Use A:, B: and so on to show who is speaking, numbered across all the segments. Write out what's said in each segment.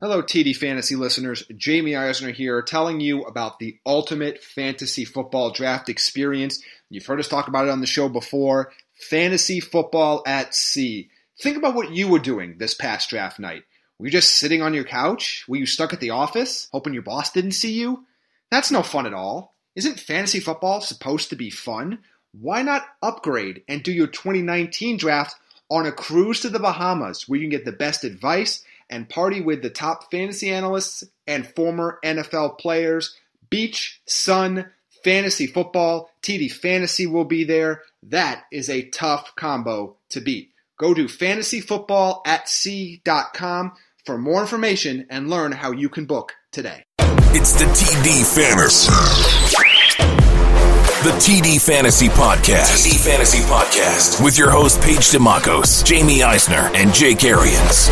A: Hello, TD Fantasy listeners. Jamie Eisner here, telling you about the ultimate fantasy football draft experience. You've heard us talk about it on the show before fantasy football at sea. Think about what you were doing this past draft night. Were you just sitting on your couch? Were you stuck at the office, hoping your boss didn't see you? That's no fun at all. Isn't fantasy football supposed to be fun? Why not upgrade and do your 2019 draft on a cruise to the Bahamas where you can get the best advice and party with the top fantasy analysts and former NFL players? Beach, sun, fantasy football, TD Fantasy will be there. That is a tough combo to beat. Go to fantasyfootballatsea.com for more information and learn how you can book today.
B: It's the TD Fantasy. The TD Fantasy Podcast. TD Fantasy Podcast. With your host, Paige DeMacos, Jamie Eisner, and Jake Arians.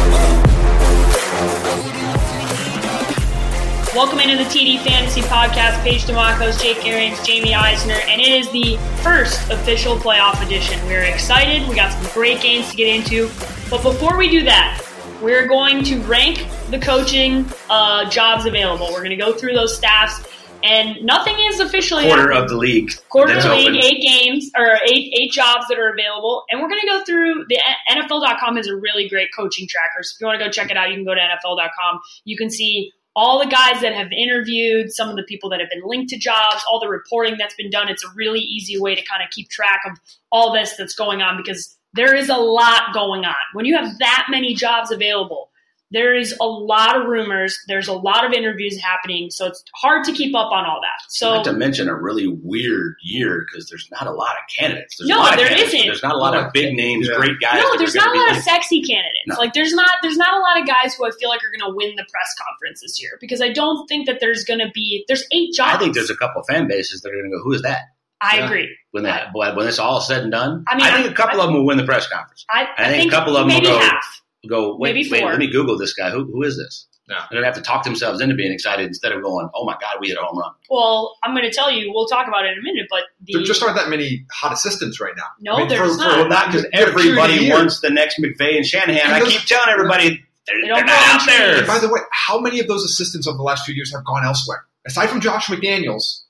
C: Welcome into the TD Fantasy Podcast. Paige DeMacos, Jake Arians, Jamie Eisner, and it is the first official playoff edition. We're excited. We got some great games to get into. But before we do that, we're going to rank the coaching uh, jobs available. We're going to go through those staffs, and nothing is officially
D: quarter of the league.
C: quarter
D: that's
C: league,
D: open.
C: eight games or eight eight jobs that are available, and we're going to go through the NFL.com is a really great coaching tracker. So if you want to go check it out, you can go to NFL.com. You can see all the guys that have interviewed, some of the people that have been linked to jobs, all the reporting that's been done. It's a really easy way to kind of keep track of all this that's going on because there is a lot going on when you have that many jobs available. There is a lot of rumors. There's a lot of interviews happening, so it's hard to keep up on all that. So
D: Not to mention a really weird year because there's not a lot of candidates. There's
C: No,
D: a lot of
C: there
D: candidates,
C: isn't.
D: but There's not a lot of big names, great guys. that
C: No,
D: are
C: there's
D: gonna
C: not a
D: be
C: lot of
D: like-
C: sexy candidates.
D: No.
C: Like there's not there's not a lot of guys who I feel like are going to win the press conference this year because I don't think that there's going to be there's eight jobs.
D: I think there's a couple fan bases that are going to go, "Who is that?"
C: I
D: yeah.
C: agree.
D: When that when it's all said and done,
C: I mean,
D: think
C: I-
D: a couple
C: I-
D: of them will win the press conference.
C: I,
D: I think a couple of 'em
C: maybe
D: will go-
C: half.
D: Go wait,
C: Maybe
D: wait.
C: four.
D: Let me Google this guy. Who who is this?
E: No.
D: They're going to have to talk themselves into being excited instead of going, "Oh my god, we hit a home run."
C: Well, I'm going to tell you. We'll talk about it in a minute. But the
E: There just aren't that many hot assistants right now.
C: no,
E: I mean, for-
C: there's
E: for
C: not.
D: Well, not because
E: They're cheering
D: everybody
E: you.
D: wants the next McVay and Shanahan.
E: And
D: I
E: those-
D: keep telling everybody they're,
C: They
D: they're
C: don't
D: not
C: want
D: out there.
C: trees.
E: And by the way, how many of those assistants over the last few years have gone elsewhere? Aside from Josh McDaniels,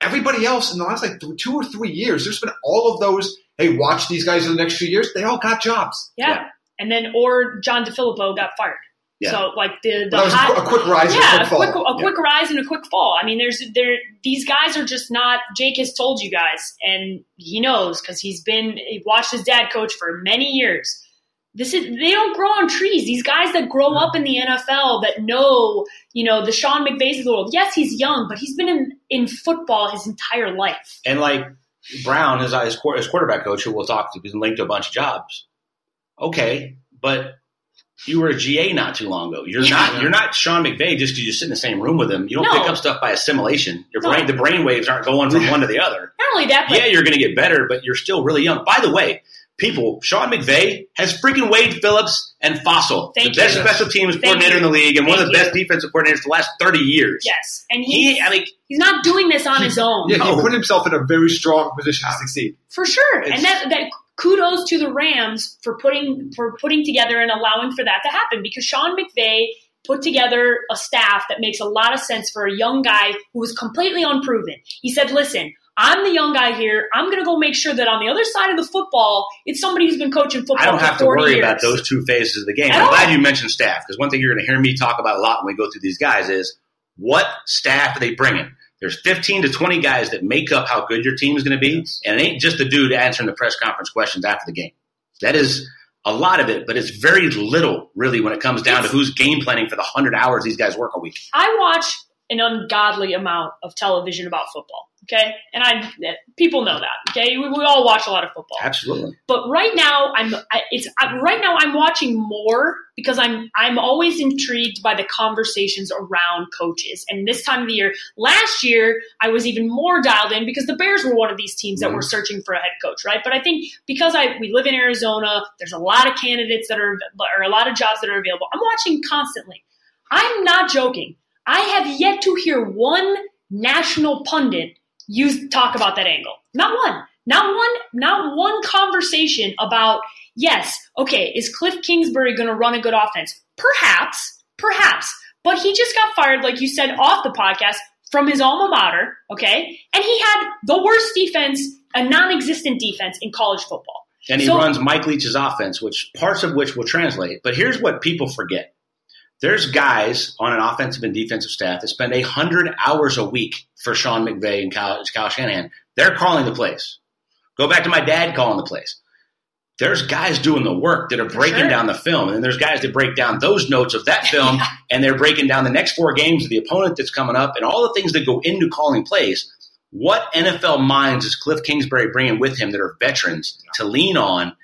E: everybody else in the last like th- two or three years, there's been all of those. Hey, watch these guys in the next few years. They all got jobs.
C: yeah.
D: yeah.
C: and then or John DeFilippo got fired.
D: Yeah.
C: So like the the
E: That was a
C: hot,
E: qu- a quick rise, and
C: yeah,
E: a quick fall.
C: a quick, a quick rise and a quick fall. I mean, there's there these guys are just not. Jake has told you guys, and he knows because he's been he watched his dad coach for many years. This is they don't grow on trees. These guys that grow up in the NFL that know, you know, the Sean McVays of the world. Yes, he's young, but he's been in, in football his entire life.
D: And like Brown, his, his, quar- his quarterback coach, who we'll talk to, is linked to a bunch of jobs. Okay, but you were a GA not too long ago. You're not you're not Sean McVay just because you sit in the same room with him. You don't
C: No.
D: pick up stuff by assimilation. Your
C: No.
D: brain the brain waves aren't going from one to the other.
C: Not only that, but
D: Yeah, you're going to get better, but you're still really young. By the way. People, Sean McVay has freaking Wade Phillips and Fossil,
C: Thank
D: the best
C: you.
D: special teams
C: Thank
D: coordinator in the league and one of
C: Thank
D: the
C: you.
D: best defensive coordinators the last thirty years.
C: yes, and he,
D: he, I mean,
C: he's not doing this on his own.
E: Yeah,
D: No.
E: he put himself in a very strong position to succeed.
C: For sure, and
D: It's-
C: that that kudos to the Rams for putting for putting together and allowing for that to happen because Sean McVay put together a staff that makes a lot of sense for a young guy who was completely unproven. He said, "Listen, I'm the young guy here. I'm going to go make sure that on the other side of the football, it's somebody who's been coaching football.
D: I don't
C: for
D: have to
C: 40
D: worry
C: years.
D: about those two phases of the game.
C: At
D: I'm
C: all.
D: glad you mentioned staff because one thing you're going to hear me talk about a lot when we go through these guys is what staff are they bringing? There's 15 to 20 guys that make up how good your team is going to be, and it ain't just the dude answering the press conference questions after the game. That is a lot of it, but it's very little really when it comes down to who's game planning for the 100 hours these guys work a week.
C: I watch an ungodly amount of television about football. Okay, and I people know that. Okay, we, we all watch a lot of football.
D: Absolutely.
C: But right now, I'm I, it's I, right now I'm watching more because I'm I'm always intrigued by the conversations around coaches. And this time of the year, last year I was even more dialed in because the Bears were one of these teams that were searching for a head coach, right? But I think because I we live in Arizona, there's a lot of candidates that are or a lot of jobs that are available. I'm watching constantly. I'm not joking. I have yet to hear one national pundit you talk about that angle. Not one. Not one. Not one conversation about yes. Okay, is Cliff Kingsbury going to run a good offense? Perhaps. Perhaps. But he just got fired, like you said, off the podcast from his alma mater. Okay, and he had the worst defense, a non-existent defense in college football.
D: And he
C: So-
D: runs Mike Leach's offense, which parts of which will translate. But here's what people forget. There's guys on an offensive and defensive staff that spend 100 hours a week for Sean McVay and Kyle, Kyle Shanahan. They're calling the plays. Go back to my dad calling the plays. There's guys doing the work that are breaking
C: Sure.
D: down the film. And then there's guys that break down those notes of that film and they're breaking down the next four games of the opponent that's coming up and all the things that go into calling plays. What NFL minds is Cliff Kingsbury bringing with him that are veterans to lean on?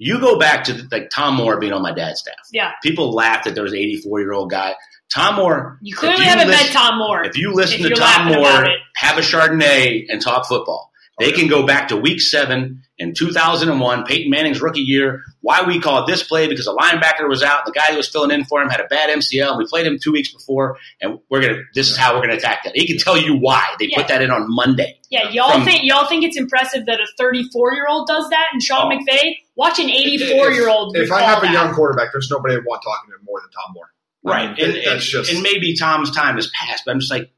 D: You go back to like Tom Moore being on my dad's staff.
C: Yeah.
D: People laughed that there was an 84 year old guy. Tom Moore.
C: You
D: if
C: clearly
D: you
C: haven't
D: listen-
C: met Tom Moore.
D: If you listen
C: if
D: to
C: you're
D: Tom
C: laughing
D: Moore,
C: about it.
D: have a Chardonnay and talk football. They can go back to week seven in 2001, Peyton Manning's rookie year. Why we called this play because a linebacker was out, and the guy who was filling in for him had a bad MCL, and we played him two weeks before, and we're gonna. This is how we're gonna attack that. He can tell you why they
C: Yeah.
D: put that in on Monday.
C: Yeah, y'all
D: From-
C: think y'all think it's impressive that a 34 year old does that, and Sean
D: Oh.
C: McVay watch an 84 year old.
E: If, if I have a young quarterback, there's nobody I want talking to more than Tom Moore.
D: Right.
E: That-
D: And,
E: that's
D: and-
E: just
D: and maybe Tom's time has passed, but I'm just like,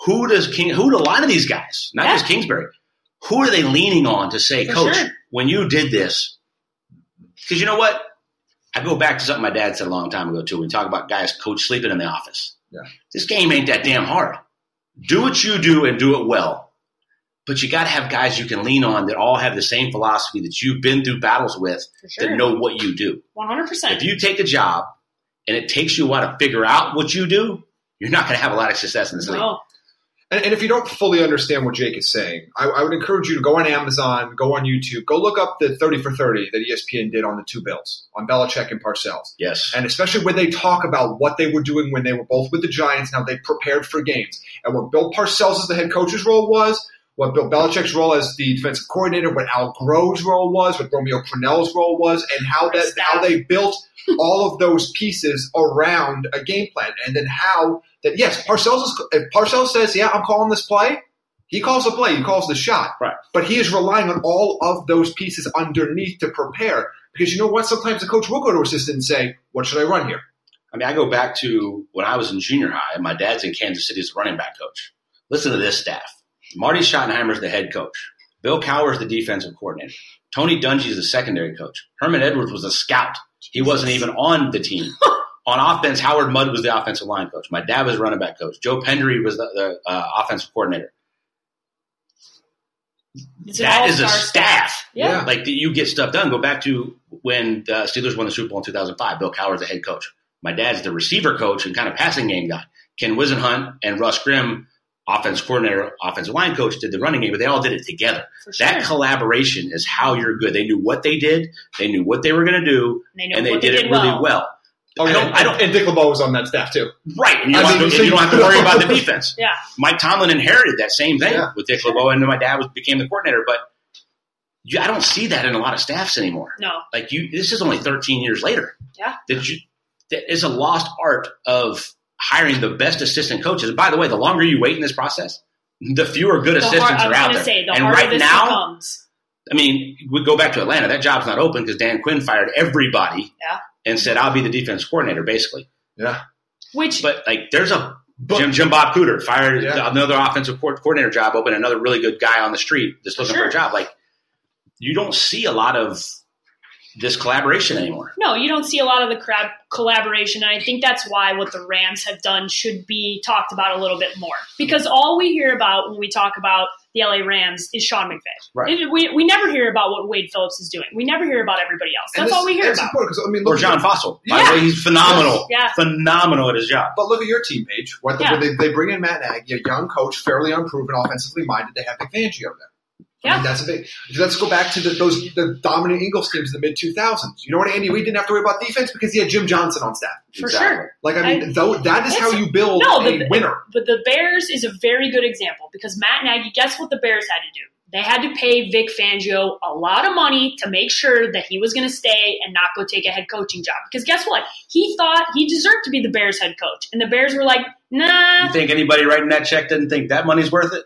D: who does King who do a lot of these guys, not
C: Yeah.
D: just Kingsbury, who are they leaning on to say,
C: For
D: Coach,
C: sure.
D: when you did this? Because you know what? I go back to something my dad said a long time ago too. We talk about guys coach sleeping in the office.
E: Yeah.
D: This game ain't that damn hard. Do what you do and do it well. But you got to have guys you can lean on that all have the same philosophy that you've been through battles with that know what you do.
C: 100. percent
D: If you take a job and it takes you a while to figure out what you do, you're not going to have a lot of success in this league.
C: No,
E: And, and if you don't fully understand what Jake is saying, I, I would encourage you to go on Amazon, go on YouTube, go look up the 30 for 30 that E ESPN did on the two Bills, on Belichick and Parcells.
D: Yes.
E: And especially when they talk about what they were doing when they were both with the Giants and how they prepared for games. And what Bill Parcells as the head coach's role was, what Bill Belichick's role as the defensive coordinator, what Al Grove's role was, what Romeo Cornell's role was, and how that how they built all of those pieces around a game plan. And then how that yes, Parcells is, if Parcells says, Yeah, I'm calling this play, he calls the play, he calls the shot.
D: Right.
E: But he is relying on all of those pieces underneath to prepare. Because you know what? Sometimes the coach will go to assistant and say, What should I run here?
D: I mean, I go back to when I was in junior high, and my dad's in Kansas City as a running back coach. Listen to this staff. Marty Schottenheimer's the head coach. Bill Cowher's the defensive coordinator. Tony Dungy's the secondary coach. Herman Edwards was a scout. He wasn't even on the team. on offense, Howard Mudd was the offensive line coach. My dad was running back coach. Joe Pendry was the, the uh, offensive coordinator.
C: It's an
D: That is a
C: all-star
D: staff.
C: Yeah.
D: Like that you get stuff done. Go back to when the Steelers won the Super Bowl in 2005. Bill Cowher's the head coach. My dad's the receiver coach and kind of passing game guy. Ken Wisenhunt and Russ Grimm, offense coordinator, offensive line coach, did the running game, but they all did it together.
C: for sure.
D: That collaboration is how you're good. They knew what they did, they knew what they were going to do,
C: and they, know
D: and they
C: what
D: did, it really well.
E: Oh,
D: I don't-
E: yeah.
D: I don't-
E: and Dick LeBeau was on that staff too.
D: Right. And you,
E: I
D: don't
E: mean,
D: have to,
E: so
D: you don't
E: you-
D: have to worry about the defense.
C: Yeah.
D: Mike Tomlin inherited that same thing
E: Yeah.
D: with Dick LeBeau, and then my dad was, became the coordinator. But you, I don't see that in a lot of staffs anymore.
C: No,
D: like you this is only 13 years later
C: Yeah.
D: that you that is a lost art of hiring the best assistant coaches and by the way the longer you wait in this process the fewer good
C: the
D: assistants
C: hard, I
D: are
C: was
D: out
C: going to
D: there
C: say the
D: and
C: harder
D: right
C: this
D: now
C: becomes.
D: i mean we go back to atlanta that job's not open because dan quinn fired everybody
C: Yeah.
D: and said i'll be the defense coordinator basically
C: Which
D: but like there's a
E: But
D: Jim, Jim Bob Cooter fired
E: Yeah.
D: another offensive coor- coordinator job open, another really good guy on the street that's looking for
C: Sure.
D: a job. Like, you don't see a lot of this collaboration anymore.
C: no, you don't see a lot of the crab collaboration, and I think that's why what the Rams have done should be talked about a little bit more because all we hear about when we talk about the LA Rams is Sean McVay.
D: Right.
C: It- we, we never hear about what Wade Phillips is doing. We never hear about everybody else.
E: And
C: That's
E: this-
C: all we hear
E: that's
C: about.
E: important, 'cause, I mean,
D: Or
E: look at-
D: John Fossil. By
C: Yeah.
D: the way, he's phenomenal.
C: Yeah.
D: Phenomenal at his job.
E: But look at your team, Paige. What the,
C: Yeah.
E: they, they bring in Matt Nagy, a young coach, fairly unproven, offensively minded. They have Vic Fangio there. I mean,
C: Yeah.
E: that's a big. Let's go back to the, those the dominant Eagles teams in the mid two thousands. You know what, Andy? We didn't have to worry about defense because he had Jim Johnson on staff.
C: For sure.
E: Like I mean,
C: I-
E: though, that is how
C: It's-
E: you build
C: No,
E: a
C: but-
E: winner.
C: But the Bears is a very good example because Matt Nagy, guess what the Bears had to do? They had to pay Vic Fangio a lot of money to make sure that he was going to stay and not go take a head coaching job. Because guess what? He thought he deserved to be the Bears head coach. And the Bears were like, nah,
D: You think anybody writing that check didn't think that money's worth it?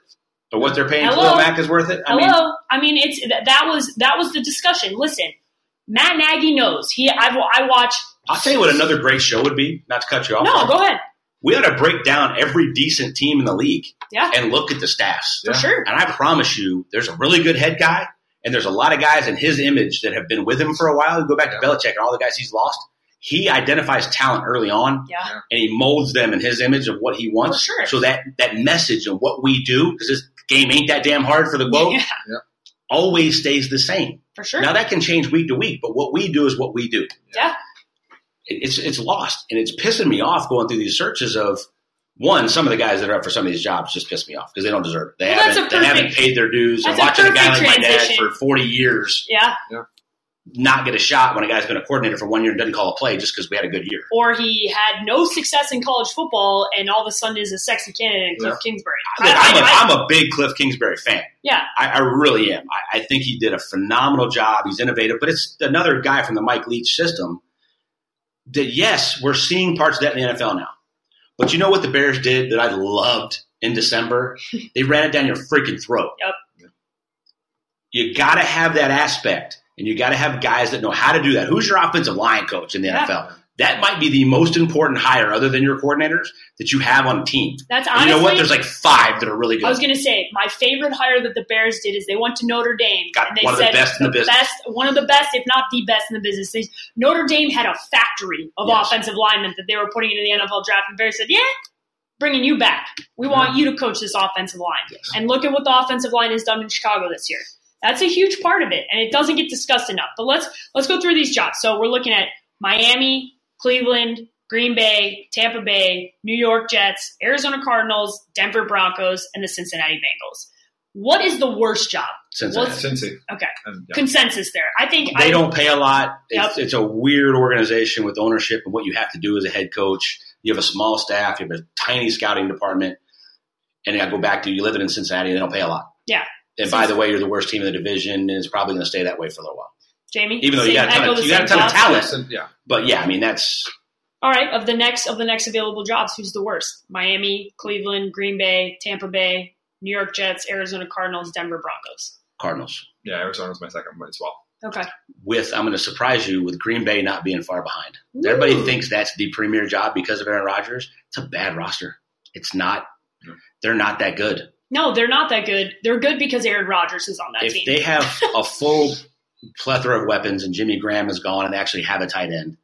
D: Or what they're paying
C: Hello?
D: Khalil Mack is worth it? I mean,
C: Hello. I mean, it's th- that was that was the discussion. Listen, Matt Nagy knows. He I've, I watch.
D: I'll tell you what another great show would be, not to cut you off.
C: No,
D: Rob.
C: go ahead.
D: we ought to break down every decent team in the league
C: Yeah.
D: and look at the staffs.
C: For sure.
D: And I promise you, there's a really good head guy, and there's a lot of guys in his image that have been with him for a while. You go back to Belichick and all the guys he's lost. He identifies talent early on,
C: Yeah.
D: and he molds them in his image of what he wants.
C: For sure.
D: So that that message of what we do, because this game ain't that damn hard for the quote,
C: Yeah,
D: always stays the same.
C: for sure.
D: Now that can change week to week, but what we do is what we do.
C: Yeah.
D: It- It's it's lost, and it's pissing me off going through these searches of one. Some of the guys that are up for some of these jobs just piss me off because they don't deserve it. They
C: Well, that's
D: haven't
C: a
D: they haven't
C: perfect-
D: paid their dues. I'm
C: that's a
D: watching a guy like
C: perfect
D: my dad
C: transition.
D: for 40 years
C: yeah.
D: not get a shot when a guy's been a coordinator for one year and doesn't call a play just because we had a good year.
C: Or he had no success in college football, and all of a sudden is a sexy candidate in Cliff Kingsbury. I-
D: I'm,
C: I- I-
D: a, I'm a big Cliff Kingsbury fan.
C: yeah.
D: I, I really am. I, I think he did a phenomenal job. He's innovative, but it's another guy from the Mike Leach system that, yes, we're seeing parts of that in the NFL now. But you know what the Bears did that I loved in December? they ran it down your freaking throat.
C: Yep.
D: You got to have that aspect, and you got to have guys that know how to do that. Who's your offensive line coach in the
C: Yeah.
D: NFL? That might be the most important hire, other than your coordinators, that you have on a team.
C: That's
D: And
C: honestly.
D: you know what? There's like five that are really good.
C: I was going to say my favorite hire that the Bears did is they went to Notre Dame
D: Got
C: and they
D: one of the
C: said
D: best in the business.
C: best, one of the best, if not the best in the business. They- Notre Dame had a factory of
D: Yes.
C: offensive linemen that they were putting into the NFL draft, and Bears said, "Yeah, bringing you back. We want you to coach this offensive line." And look at what the offensive line has done in Chicago this year. That's a huge part of it, and it doesn't get discussed enough. But let's let's go through these jobs. So we're looking at Miami, Cleveland, Green Bay, Tampa Bay, New York Jets, Arizona Cardinals, Denver Broncos, and the Cincinnati Bengals. What is the worst job?
D: Since
C: Well,
D: I-
E: Cincy.
C: Okay,
E: And, yeah.
C: consensus there. I think
D: they
C: I,
D: don't pay a lot.
C: Yep.
D: It's, it's a weird organization with ownership and what you have to do as a head coach. You have a small staff, you have a tiny scouting department, and I go back to you live in Cincinnati. They don't pay a lot.
C: Yeah.
D: And by the way, you're the worst team in the division, and it's probably going to stay that way for a little while.
C: Jamie.
D: Even though you
C: same-
D: got a ton
C: echo
D: of,
C: the
D: you got a
C: same
D: ton of
C: job.
D: talent,
E: Listen, yeah.
D: but yeah, I mean that's
C: All right, of the next of the next available jobs, who's the worst? Miami, Cleveland, Green Bay, Tampa Bay, New York Jets, Arizona Cardinals, Denver Broncos.
D: Cardinals.
E: Yeah, Arizona's my second one as well.
C: Okay.
D: With I'm going to surprise you with Green Bay not being far behind. Everybody thinks that's the premier job because of Aaron Rodgers. It's a bad roster. It's not. They're not that good.
C: No, they're not that good. They're good because Aaron Rodgers is on that
D: if
C: team.
D: they have a full plethora of weapons and Jimmy Graham is gone and they actually have a tight end,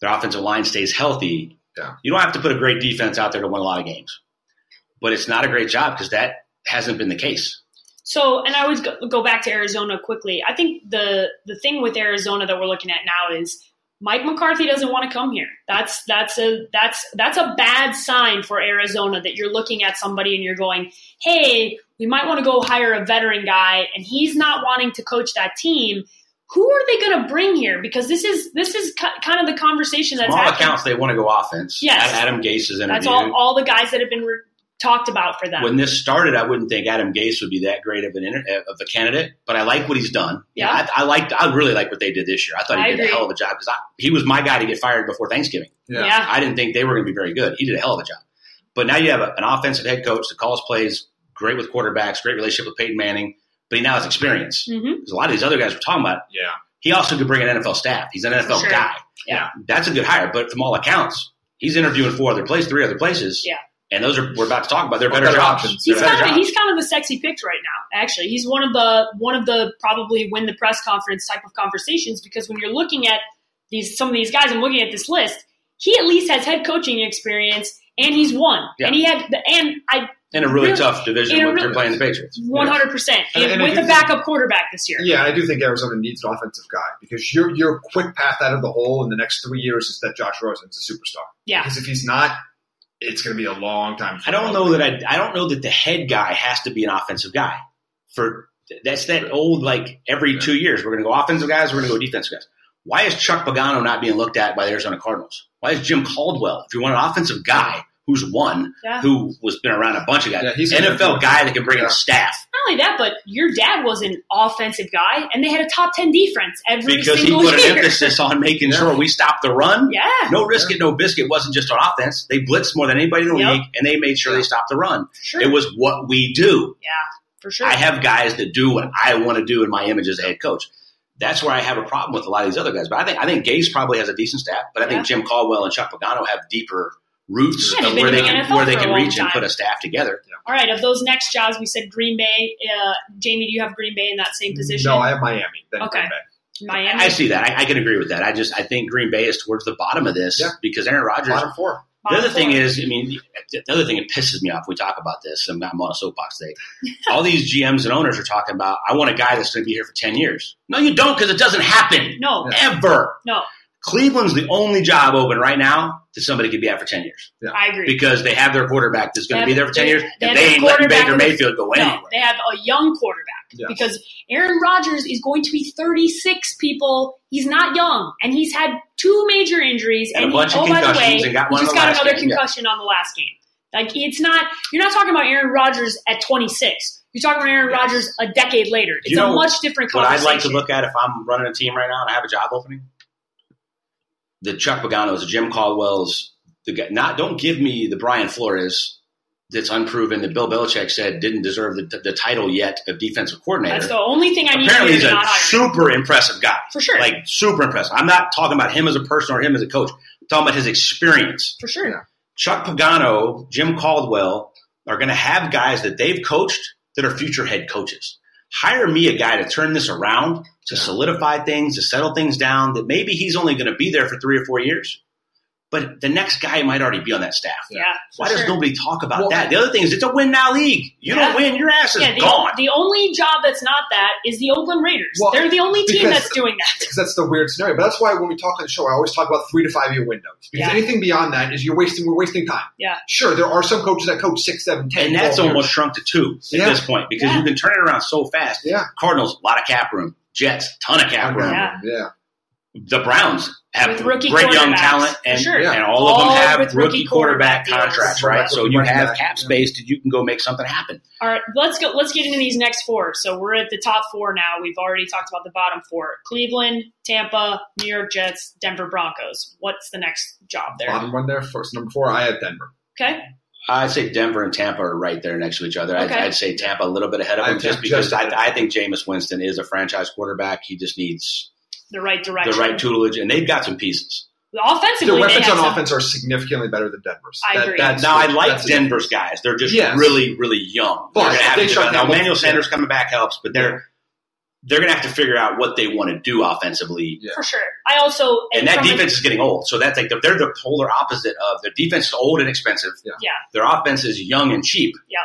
D: their offensive line stays healthy.
E: Yeah.
D: You don't have to put a great defense out there to win a lot of games, but it's not a great job because that hasn't been the case.
C: So, and I would go, go back to Arizona quickly. I think the the thing with Arizona that we're looking at now is Mike McCarthy doesn't want to come here. That's that's a that's that's a bad sign for Arizona that you're looking at somebody and you're going, "Hey, we might want to go hire a veteran guy," and he's not wanting to coach that team. Who are they going to bring here? Because this is this is ki- kind of the conversation that's
D: From all
C: happening.
D: accounts, they want to go offense.
C: Yes.
D: Ad- Adam Gase is interviewed.
C: That's all all the guys that have been re- talked about for them.
D: when this started, I wouldn't think Adam Gase would be that great of an inter- of a candidate, but I like what he's done.
C: Yeah.
D: I, I liked. I really like what they did this year. I thought he
C: I
D: did a
C: agree.
D: hell of a job because he was my guy to get fired before Thanksgiving.
C: yeah.
D: I didn't think they were going to be very good. He did a hell of a job. But now you have a, an offensive head coach that calls plays, great with quarterbacks, great relationship with Peyton Manning, but he now has experience.
C: Mhm.
D: Because a lot of these other guys we're talking about,
E: Yeah.
D: he also could bring an NFL staff. He's an NFL
C: Sure.
D: guy.
C: Yeah.
D: That's a good hire. But from all accounts, he's interviewing four other places, three other places.
C: Yeah.
D: And those are we're about to talk about. They're
E: Well,
D: better
E: better
D: jobs.
E: options.
D: They're
C: He's
D: better
C: kind of
D: jobs.
C: he's kind of a sexy pick right now. Actually, he's one of the one of the probably win the press conference type of conversations because when you're looking at these some of these guys, I'm looking at this list. He at least has head coaching experience, and he's won.
D: Yeah.
C: And he had the, and I
D: in a really,
C: Really?
D: tough division
C: In a
D: when you're
C: really-
D: playing the Patriots.
C: 100%
E: And-
C: and,
E: and I
C: with
E: do
C: a backup quarterback this year.
E: Yeah, and I do think Arizona needs an offensive guy because your your quick path out of the hole in the next three years is that Josh Rosen's a superstar.
C: Yeah.
E: Because if he's not, it's going to be a long time.
D: I don't know that I, I don't know that the head guy has to be an offensive guy. For that's that old like every two years we're going to go offensive guys, we're going to go defensive guys. Why is Chuck Pagano not being looked at by the Arizona Cardinals? Why is Jim Caldwell, if you want an offensive guy who's won,
C: Yeah.
D: who was been around a bunch of guys,
E: Yeah, he's gonna do
D: NFL
E: it.
D: guy that can bring in
E: Yeah.
D: a staff
C: Not only that, but your dad was an offensive guy, and they had a top ten defense every
D: because he
C: single
D: put
C: year.
D: an emphasis on making
E: Yeah.
D: sure we stop the run.
C: yeah,
D: No risk it, no biscuit wasn't just on offense. They blitzed more than anybody in the
C: Yep.
D: league, and they made sure they stopped the run.
C: sure,
D: It was what we do.
C: yeah, for sure.
D: I have guys that do what I want to do in my image as a head coach. That's where I have a problem with a lot of these other guys. But I think I think Gase probably has a decent staff, but I think Jim Caldwell and Chuck Pagano have deeper roots
C: Yeah, they've
D: of
C: been
D: where
C: in
D: they
C: the
D: can
C: NFL
D: where they
C: for a
D: can
C: long
D: reach and
C: time.
D: put a staff together.
C: All right, of those next jobs, we said Green Bay. Uh, Jamie, do you have Green Bay in that same position?
E: No, I have Miami. Then
C: Okay.
E: Green Bay.
C: Miami.
D: I see that. I, I can agree with that. I just I think Green Bay is towards the bottom of this
E: Yeah.
D: because Aaron Rodgers
E: Bottom four.
D: The
C: bottom
D: other thing
C: four.
D: is, I mean, the other thing that pisses me off, we talk about this, I'm, I'm on a soapbox today. All these GMs and owners are talking about, I want a guy that's going to be here for 10 years. No, you don't, because it doesn't happen.
C: no,
D: Ever.
C: no,
D: Cleveland's the only job open right now that somebody could be at for 10 years
C: I agree.
D: because they have their quarterback that's going to
C: They
D: be
C: have-
D: there for 10
C: they-
D: years,
C: they
D: and
C: have
D: they
C: their
D: ain't letting
C: quarterback
D: Baker
C: with-
D: Mayfield go anywhere.
C: no, they have a young quarterback
E: Yeah.
C: because Aaron Rodgers is going to be 36. People, he's not young, and he's had two major injuries
D: And a
C: and, he-
D: bunch of
C: oh by the
D: concussions
C: way,
D: and got
C: he
D: one
C: just
D: on the
C: got
D: last
C: another
D: game, yeah.
C: concussion on the last game. Like it's not you're not talking about Aaron Rodgers at 26. You're talking about Aaron
D: Yes.
C: Rodgers a decade later. It's
D: You know
C: a much different
D: What I'd
C: conversation.
D: like to look at if I'm running a team right now and I have a job opening, the Chuck Pagano's, the Jim Caldwell's, the guy, not don't give me the Brian Flores that's unproven that Bill Belichick said didn't deserve the, the title yet of defensive coordinator.
C: That's the only thing I need
D: Apparently,
C: to
D: he's
C: hear.
D: a
C: not hiring.
D: super impressive guy,
C: For sure.
D: like super impressive. I'm not talking about him as a person or him as a coach. I'm talking about his experience.
C: For sure.
D: Chuck Pagano, Jim Caldwell are going to have guys that they've coached that are future head coaches. Hire me a guy to turn this around, to solidify things, to settle things down, that maybe he's only going to be there for three or four years. But the next guy might already be on that staff.
C: Yeah. for
D: Why
C: sure.
D: does nobody talk about
E: Well-
D: that? The other thing is, it's a win now league. You
C: Yeah.
D: don't win, your ass is
C: Yeah, the,
D: gone.
C: the only job that's not that is the Oakland Raiders.
E: Well,
C: They're the only team
E: because-
C: that's doing that.
E: Because that's the weird scenario. But that's why when we talk on the show, I always talk about three to five year windows. Because
C: Yeah.
E: anything beyond that is you're wasting we're wasting time.
C: Yeah.
E: Sure, there are some coaches that coach six, seven, ten.
D: and that's
E: 12
D: almost shrunk to two at
E: Yeah.
D: this point because
C: Yeah.
D: you can turn it around so fast.
E: Yeah.
D: Cardinals, a lot of cap room. Jets, ton of cap room.
E: years.
C: Oh, Yeah.
E: yeah.
D: the Browns have
C: With rookie
D: great young
C: quarterbacks,
D: talent,
C: for
D: and,
C: sure.
D: and all of
C: All
D: them have
C: with
D: rookie,
C: rookie
D: quarterback,
C: quarterback deals.
D: contracts, right? So
E: Rookie
D: you
E: running
D: have
E: back,
D: cap
E: yeah.
D: space that you can go make something happen.
C: All right, let's go. Let's get into these next four. So we're at the top four now. We've already talked about the bottom four: Cleveland, Tampa, New York Jets, Denver Broncos. What's the next job there?
E: Bottom one there, first number four. I have Denver.
C: Okay,
D: I'd say Denver and Tampa are right there next to each other. I'd,
C: Okay.
D: I'd say Tampa a little bit ahead of
E: I'd
D: them just
E: say
D: because
E: just-
D: I, I think Jameis Winston is a franchise quarterback. He just needs
C: the right
D: the
C: direction.
D: right tutelage, and they've got some pieces.
C: Offensively,
E: Their
C: they
E: weapons
C: have
E: on
C: some-
E: offense are significantly better than Denver's.
C: I
E: That-
C: agree.
E: that's-
D: Now, I like
E: that's-
D: Denver's guys. They're just
E: Yes.
D: really, really young.
E: But
D: they're gonna have
E: they
D: to
E: shut
D: develop- now,
E: down-
D: Emmanuel Sanders coming back helps, but they're they're going to have to figure out what they want to do offensively
C: for sure. I also
D: and that
C: from a-
D: defense is getting old. So that's like the, they're the polar opposite of their defense is old and expensive.
E: Yeah.
C: Yeah.
D: Their offense is young and cheap.
C: Yeah.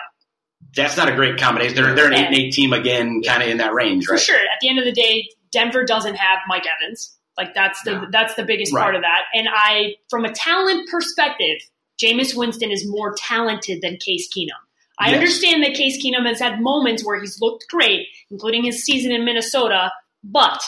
D: That's not a great combination. They're, they're an eight and eight team again, kind of in that range,
C: for
D: right?
C: sure. At the end of the day, Denver doesn't have Mike Evans. Like that's the that's the biggest
D: Right.
C: part of that. And I, from a talent perspective, Jameis Winston is more talented than Case Keenum. I
D: Yes.
C: understand that Case Keenum has had moments where he's looked great, including his season in Minnesota, but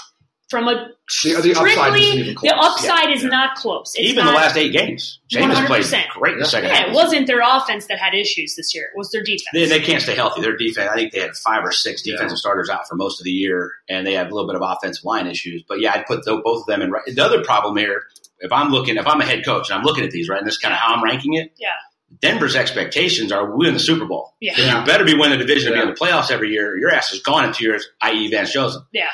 C: from a
E: The- the upside isn't
C: strictly,
E: even close.
C: the upside is
E: Yeah.
C: not close. It's
D: Even
C: not,
D: the last eight games, Jameis played
C: 100%.
D: great in the
E: Yeah.
D: second half.
C: yeah, it wasn't their offense that had issues this year. It was their defense.
D: They, they can't stay healthy. Their defense, I think they had five or six defensive starters out for most of the year, and they had a little bit of offensive line issues. But yeah, I'd put tho- both of them in. right- The other problem here, if I'm looking, if I'm a head coach and I'm looking at these, right, and this is kind of how I'm ranking it.
C: Yeah.
D: Denver's expectations are win the Super Bowl.
C: Yeah.
D: Then You better be winning the division
E: Yeah.
D: and be in the playoffs every year. Your ass is gone in two years, i.e. Vance Joseph.
C: yeah,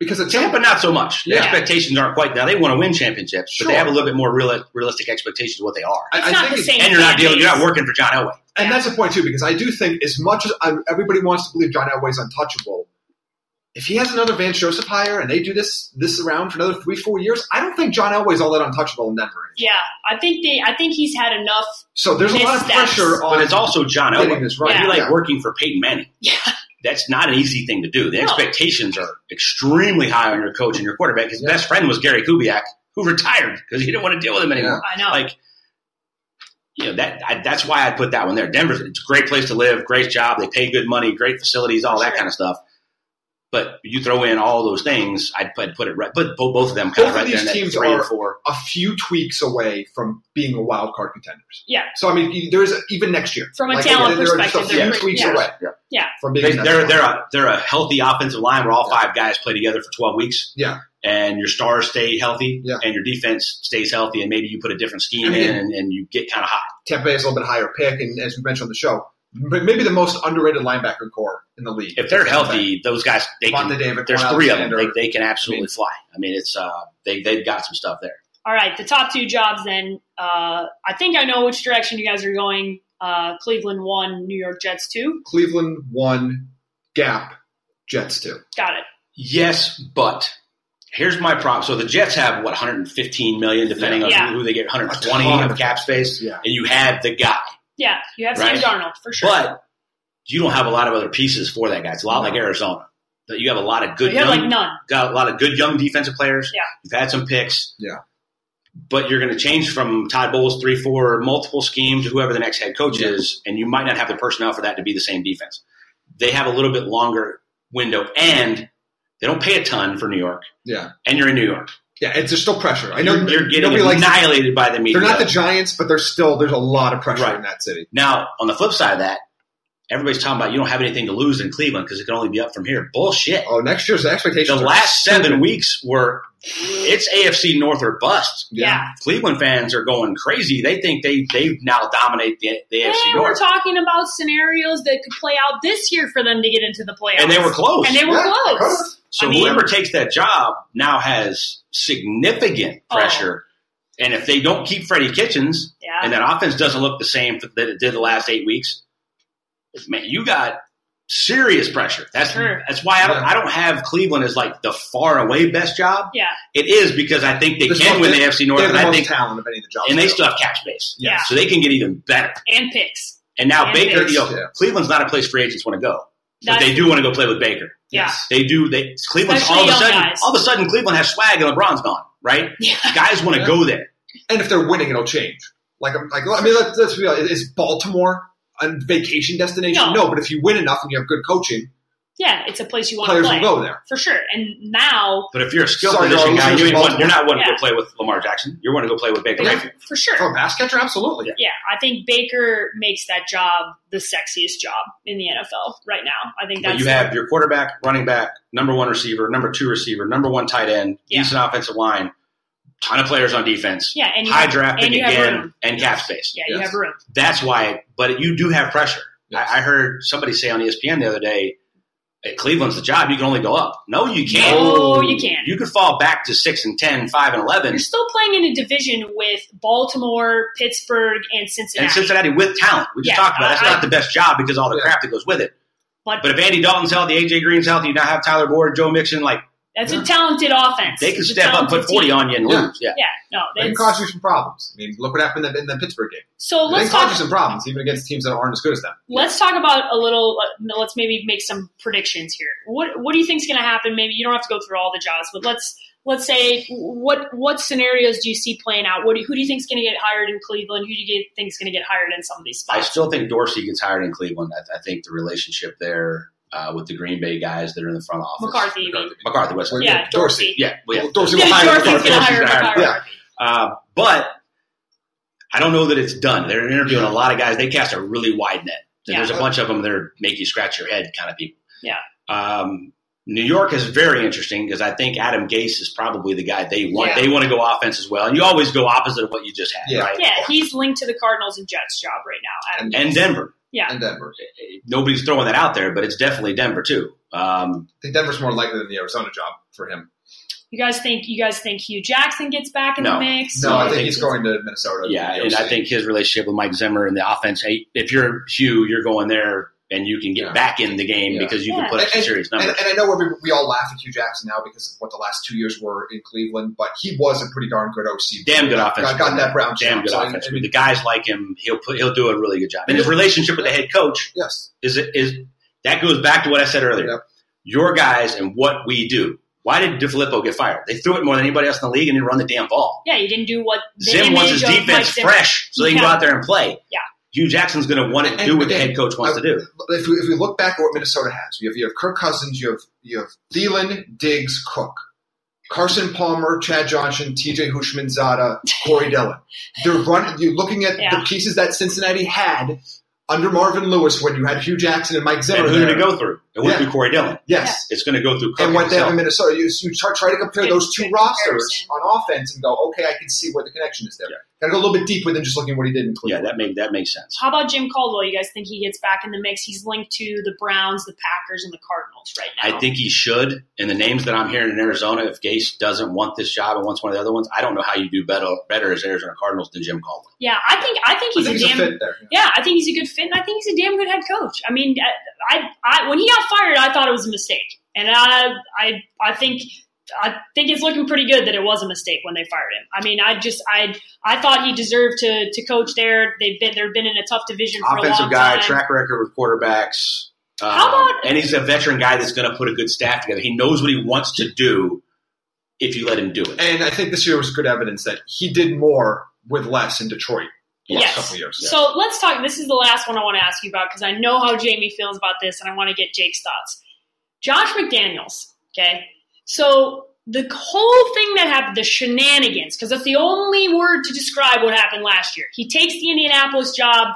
E: because the Tampa
D: Tampa, not so much. The
E: Yeah.
D: expectations aren't quite. Now, they want to win championships, but
E: Sure.
D: they have a little bit more real, realistic expectations of what they are.
E: I-
C: it's
E: I
C: not
E: think
C: the
E: it-
C: same.
D: and you're not
C: fan
D: dealing, you're not
C: base.
D: working for John Elway.
E: And
C: Yeah.
E: that's a point too, because I do think as much as I, everybody wants to believe John Elway's untouchable, if he has another Vance Joseph hire and they do this this around for another three four years, I don't think John Elway's all that untouchable in Denver. anymore.
C: Yeah, I think they. I think he's had enough.
E: So there's a lot of
C: Missteps.
E: pressure on.
D: But it's also John
E: Getting
D: Elway.
E: this right,
D: It'd be like
E: yeah.
D: working for Peyton Manning.
C: Yeah,
D: That's not an easy thing to do. The
C: No.
D: expectations are extremely high on your coach and your quarterback. His best friend was Gary Kubiak, who retired because he didn't want to deal with him anymore.
C: I know.
D: Like, you know that I, that's why I put that one there. Denver's it's a great place to live, great job, they pay good money, great facilities, all that
C: Sure.
D: kind of stuff. But you throw in all those things, I'd put, put it right. But bo- both of them
E: Both
D: kind
E: of
D: of right
E: these
D: there in that
E: teams
D: three
E: are-
D: and four.
E: a few tweaks away from being a wild card contenders.
C: Yeah.
E: So I mean, you- there's a, even next year
C: From a
E: Like,
C: talent
E: there are just
C: perspective,
E: a
C: they're
E: few
C: pretty-
E: tweaks
C: yeah.
E: away.
C: Yeah.
E: From being
D: They,
E: in that
D: they're
E: spot.
D: they're a, they're a healthy offensive line where all five guys play together for twelve weeks.
E: Yeah.
D: and your stars stay healthy,
E: Yeah.
D: and your defense stays healthy, and maybe you put a different scheme
E: I mean-
D: in, and, and you get kind of hot.
E: Tampa Bay is a little bit higher pick, and as we mentioned on the show, but maybe the most underrated linebacker core in the league.
D: If they're healthy, those guys they
E: Vontae
D: can.
E: David,
D: There's
E: Quan
D: three of them. They,
E: Alexander.
D: they can absolutely fly. I mean, it's uh, they they've got some stuff there.
C: All right, the top two jobs then. Uh, I think I know which direction you guys are going. Uh, Cleveland one, New York Jets two.
E: Cleveland one, Gap, Jets two.
C: Got it.
D: Yes, but here's my problem. So the Jets have what 115 million, depending on
C: Yeah.
D: who, who they get,
E: A ton
D: 120
E: of
D: of cap space,
E: Yeah.
D: and you have the guy.
C: Yeah, you have
D: Right.
C: Sam Darnold for sure.
D: But you don't have a lot of other pieces for that guy. It's a lot like Arizona. That you have a lot of good
C: you have
D: young,
C: like none.
D: got a lot of good young defensive players.
C: Yeah.
D: You've had some picks.
E: Yeah.
D: But you're going to change from Todd Bowles three four multiple scheme to whoever the next head coach
E: Yeah.
D: is, and you might not have the personnel for that to be the same defense. They have a little bit longer window, and they don't pay a ton for New York,
E: Yeah,
D: and you're in New York.
E: yeah. It's there's still pressure. I know
D: you're, you're getting
E: nobody likes.
D: annihilated by the media.
E: They're not the Giants, but there's still there's a lot of pressure
D: Right.
E: in that city.
D: Now, on the flip side of that, everybody's talking about you don't have anything to lose in Cleveland because it can only be up from here. Bullshit.
E: Oh, next year's
D: The
E: expectations. are-
D: last seven weeks were it's AFC North or bust.
C: Yeah.
D: Cleveland fans are going crazy. They think they they now dominate the, the AFC
C: And we're
D: North,
C: talking about scenarios that could play out this year for them to get into the playoffs.
D: and they were close.
C: And they were
E: Yeah.
C: close.
D: so
C: I mean-
D: whoever takes that job now has significant
C: Oh.
D: pressure. And if they don't keep Freddie Kitchens,
C: Yeah.
D: and that offense doesn't look the same that it did the last eight weeks, man, you got serious pressure. That's
C: Sure.
D: that's why I don't
E: Yeah.
D: I don't have Cleveland as like the far away best job.
C: yeah.
D: It is because I think they
E: There's
D: can
E: more-
D: win the AFC North,
E: They're the
D: and I
E: most
D: think
E: talent of any of the jobs.
D: and they
E: there.
D: still have cap space,
C: Yeah.
D: so they can get even better.
C: And picks.
D: And now
C: And
D: Baker,
C: picks.
D: you know,
E: Yeah.
D: Cleveland's not a place free agents want to go, but
C: That's-
D: they do want to go play with Baker.
C: Yeah.
D: They do. They Cleveland's
C: Especially
D: all of a
C: young
D: sudden
C: guys.
D: all of a sudden Cleveland has swag and LeBron's gone. Right?
C: Yeah.
D: Guys want to
E: Yeah.
D: go there.
E: and if they're winning, it'll change. Like, I'm like, I mean, let's, let's be honest. Is Baltimore a vacation destination?
C: No.
E: No. but if you win enough and you have good coaching,
C: Yeah, it's a place you want to
E: players
C: play.
E: will go there.
C: For sure. And now,
D: But if you're a skill
E: Sorry,
D: position
E: Darnold,
D: guy, you
E: here's
D: ain't want,
E: Baltimore.
D: you're not one to
C: Yeah.
D: go play with Lamar Jackson. You're one to go play with Baker
E: Yeah.
D: Mayfield.
C: for sure.
E: For a pass Oh, catcher, absolutely.
C: yeah, I think Baker makes that job the sexiest job in the NFL right now. I think that's
D: But you have your quarterback, running back, number one receiver, number two receiver, number one tight end,
C: Yeah.
D: decent offensive line, ton of players on defense,
C: yeah, and you
D: high
C: have,
D: draft pick
C: and you have
D: again,
C: room.
D: and cap space.
C: Yeah, you
E: Yes.
C: have room.
D: That's why. But you do have pressure.
E: Yes.
D: I, I heard somebody say on E ESPN the other day, "Hey, Cleveland's the job. You can only go up. No, you can't.
C: No, you can't.
D: You could fall back to six and 10, 5 and eleven,
C: You're still playing in a division with Baltimore, Pittsburg, and Cincinnati.
D: and Cincinnati with talent. We just
C: Yeah,
D: talked about that's
C: I-
D: not the best job because all the
E: Yeah.
D: crap that goes with it.
C: But,
D: But if Andy Dalton's healthy, AJ Green's healthy, you now have Tyler Boyd, Joe Mixon, like
C: that's a talented offense.
D: they can
C: It's a
D: step up, put
C: talented
D: forty
C: team.
D: on you, and
E: Yeah.
D: lose. Yeah.
C: Yeah, no.
E: They can
C: it's-
E: cause you some problems. I mean, look what happened in the, in the Pittsburgh game.
C: so
E: they can
C: let's
E: cause
C: talk.
E: you some problems, even against teams that aren't as good as them.
C: Let's talk about a little. uh, Let's maybe make some predictions here. What What do you think is going to happen? Maybe you don't have to go through all the jobs, but let's let's say what what scenarios do you see playing out? What do, who do you think is going to get hired in Cleveland? Who do you get, think is going to get hired in some of these
D: I
C: spots?
D: still think Dorsey gets hired in Cleveland. I, I think the relationship there uh, with the Green Bay guys that are in the front office,
C: McCarthy, you mean?
D: McCarthy, West.
E: Well,
C: yeah, Dorsey.
D: Yeah, well, yeah.
E: Well, Dorsey will
C: Yeah,
E: hire
C: Dorsey's
D: McCarthy.
C: going to
D: Dorsey's
C: hire
D: gonna hire
C: McCarthy.
D: Uh, but I don't know that it's done. They're interviewing a lot of guys. They cast a really wide net. And
C: Yeah.
D: There's a bunch of them that are make you scratch your head kind of people.
C: Yeah.
D: Um, New York is very interesting because I think Adam Gase is probably the guy they want.
C: Yeah.
D: They want to go offense as well, and you always go opposite of what you just had,
E: Yeah.
D: right?
C: Yeah, he's linked to the Cardinals and Jets job right now. Um, Adam.
D: And Denver.
C: Yeah,
E: And Denver. I
D: Nobody's throwing that out there, but it's definitely Denver too. Um,
E: think Denver's more likely than the Arizona job for him.
C: you guys think you guys think Hugh Jackson gets back in
D: No.
C: the mix?
E: No,
D: No,
E: I
D: I
E: think
D: think-
E: he's going to Minnesota.
D: yeah,
E: You'll
D: and I
E: see.
D: think his relationship with Mike Zimmer and the offense. Hey, if you're Hugh, you're going there and you can get
E: Yeah.
D: back in the game
E: Yeah.
D: because you
C: Yeah.
D: can put up some
E: And-
D: serious
E: And,
D: numbers.
E: and I know every, we all laugh at Hugh Jackson now because of what the last two years were in Cleveland, but he was a pretty darn good OC.
D: Damn good
E: Got-
D: offense.
E: Got that Brown.
D: Damn
E: job.
D: good
E: So I-
D: offense.
E: I mean,
D: the guys like him. He'll put, he'll do a really good job. And his
E: Yeah.
D: relationship with the head coach
E: yes.
D: is is that goes back to what I said earlier.
E: Yep.
D: Your guys and what we do. Why did DeFilippo get fired? They threw it more than anybody else in the league and didn't run the damn ball.
C: Yeah, you didn't do what the
D: Zim wants his
C: image of Mike
D: defense
C: Zimmer-
D: fresh so they can go
C: Yeah.
D: out there and play.
C: Yeah.
D: Hugh Jackson's going to want to
E: And-
D: do what the
E: and-
D: head coach wants
E: I-
D: to do.
E: If we, if we look back at what Minnesota has, you have you have Kirk Cousins, you have you have Thielen, Diggs, Cook, Carson Palmer, Chad Johnson, T.J. Hushman, Zada, Corey Dillon. They're running. You're looking at
C: Yeah.
E: the pieces that Cincinnati had under Marvin Lewis when you had Hugh Jackson and Mike Zimmer.
D: And who did
E: there.
D: it go through? It went
E: Yeah.
D: through Corey Dillon.
E: Yes.
D: It's going to go through Kirk
E: and what they have
D: himself.
E: in Minnesota. You, you try, try to compare
C: Good-
E: those two
C: good
E: rosters
C: comparison.
E: on offense and go, okay, I can see where the connection is there. Got to go a little bit deeper than just looking at what he did in
D: Yeah,
E: Cleveland.
D: that make that makes sense.
C: How about Jim Caldwell? You guys think he gets back in the mix? He's linked to the Browns, the Packers, and the Cardinals right now.
D: I think he should. And the names that I'm hearing in Arizona, if Gase doesn't want this job and wants one of the other ones, I don't know how you do better better as Arizona Cardinals than Jim Caldwell.
C: Yeah, I think I think
E: I think
C: he's a
E: he's a
C: damn.
E: fit there.
C: yeah, I think he's a good fit, and I think he's a damn good head coach. I mean, I, I, I when he got fired, I thought it was a mistake, and I, I, I think, I think it's looking pretty good that it was a mistake when they fired him. I mean, I just, I, I thought he deserved to to coach there. They've been they've been in a tough division for a
D: Offensive
C: long
D: guy,
C: time.
D: track record with quarterbacks. Um,
C: How about-
D: and he's a veteran guy that's going to put a good staff together. He knows what he wants to do if you let him do it.
E: And I think this year was good evidence that he did more with less in Detroit the last
C: Yes.
E: couple of years.
C: So let's talk. This is the last one I want to ask you about because I know how Jamie feels about this, and I want to get Jake's thoughts. Josh McDaniels. Okay, so the whole thing that happened, the shenanigans, because that's the only word to describe what happened last year. He takes the Indianapolis job,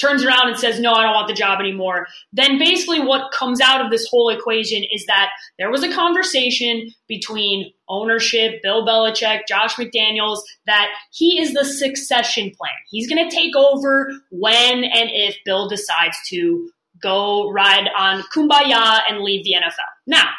C: turns around and says, "No, I don't want the job anymore." Then basically, what comes out of this whole equation is that there was a conversation between ownership, Bill Belichick, Josh McDaniels, that he is the succession plan. He's going to take over when and if Bill decides to go ride on Kumbaya and leave the NFL. Now,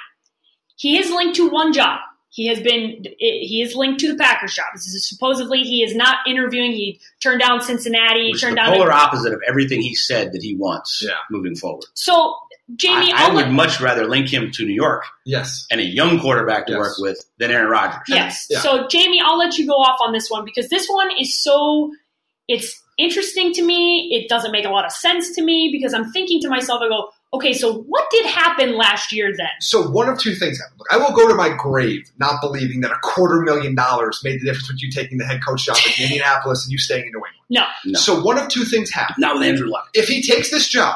C: he is linked to one job. He has been he is linked to the Packers job. This is supposedly he is not interviewing. He turned down Cincinnati.
D: Which is
C: turned
D: the
C: down
D: polar opposite of everything he said that he wants
E: Yeah.
D: moving forward.
C: So, Jamie, oh
D: I, I
C: I'll
D: would
C: let-
D: much rather link him to New York
E: Yes.
D: and a young quarterback to
E: Yes.
D: work with than Aaron Rodgers.
C: yes.
E: Yeah.
C: So, Jamie, I'll let you go off on this one because this one is so it's interesting to me. It doesn't make a lot of sense to me because I'm thinking to myself, I go, okay, so what did happen last year then?
E: So one of two things happened. Look, I will go to my grave not believing that a quarter million dollars made the difference between you taking the head coach job in Indianapolis and you staying in New England.
C: No,
D: No.
E: So one of two things happened.
D: Not with Andrew Luck.
E: if he takes this job,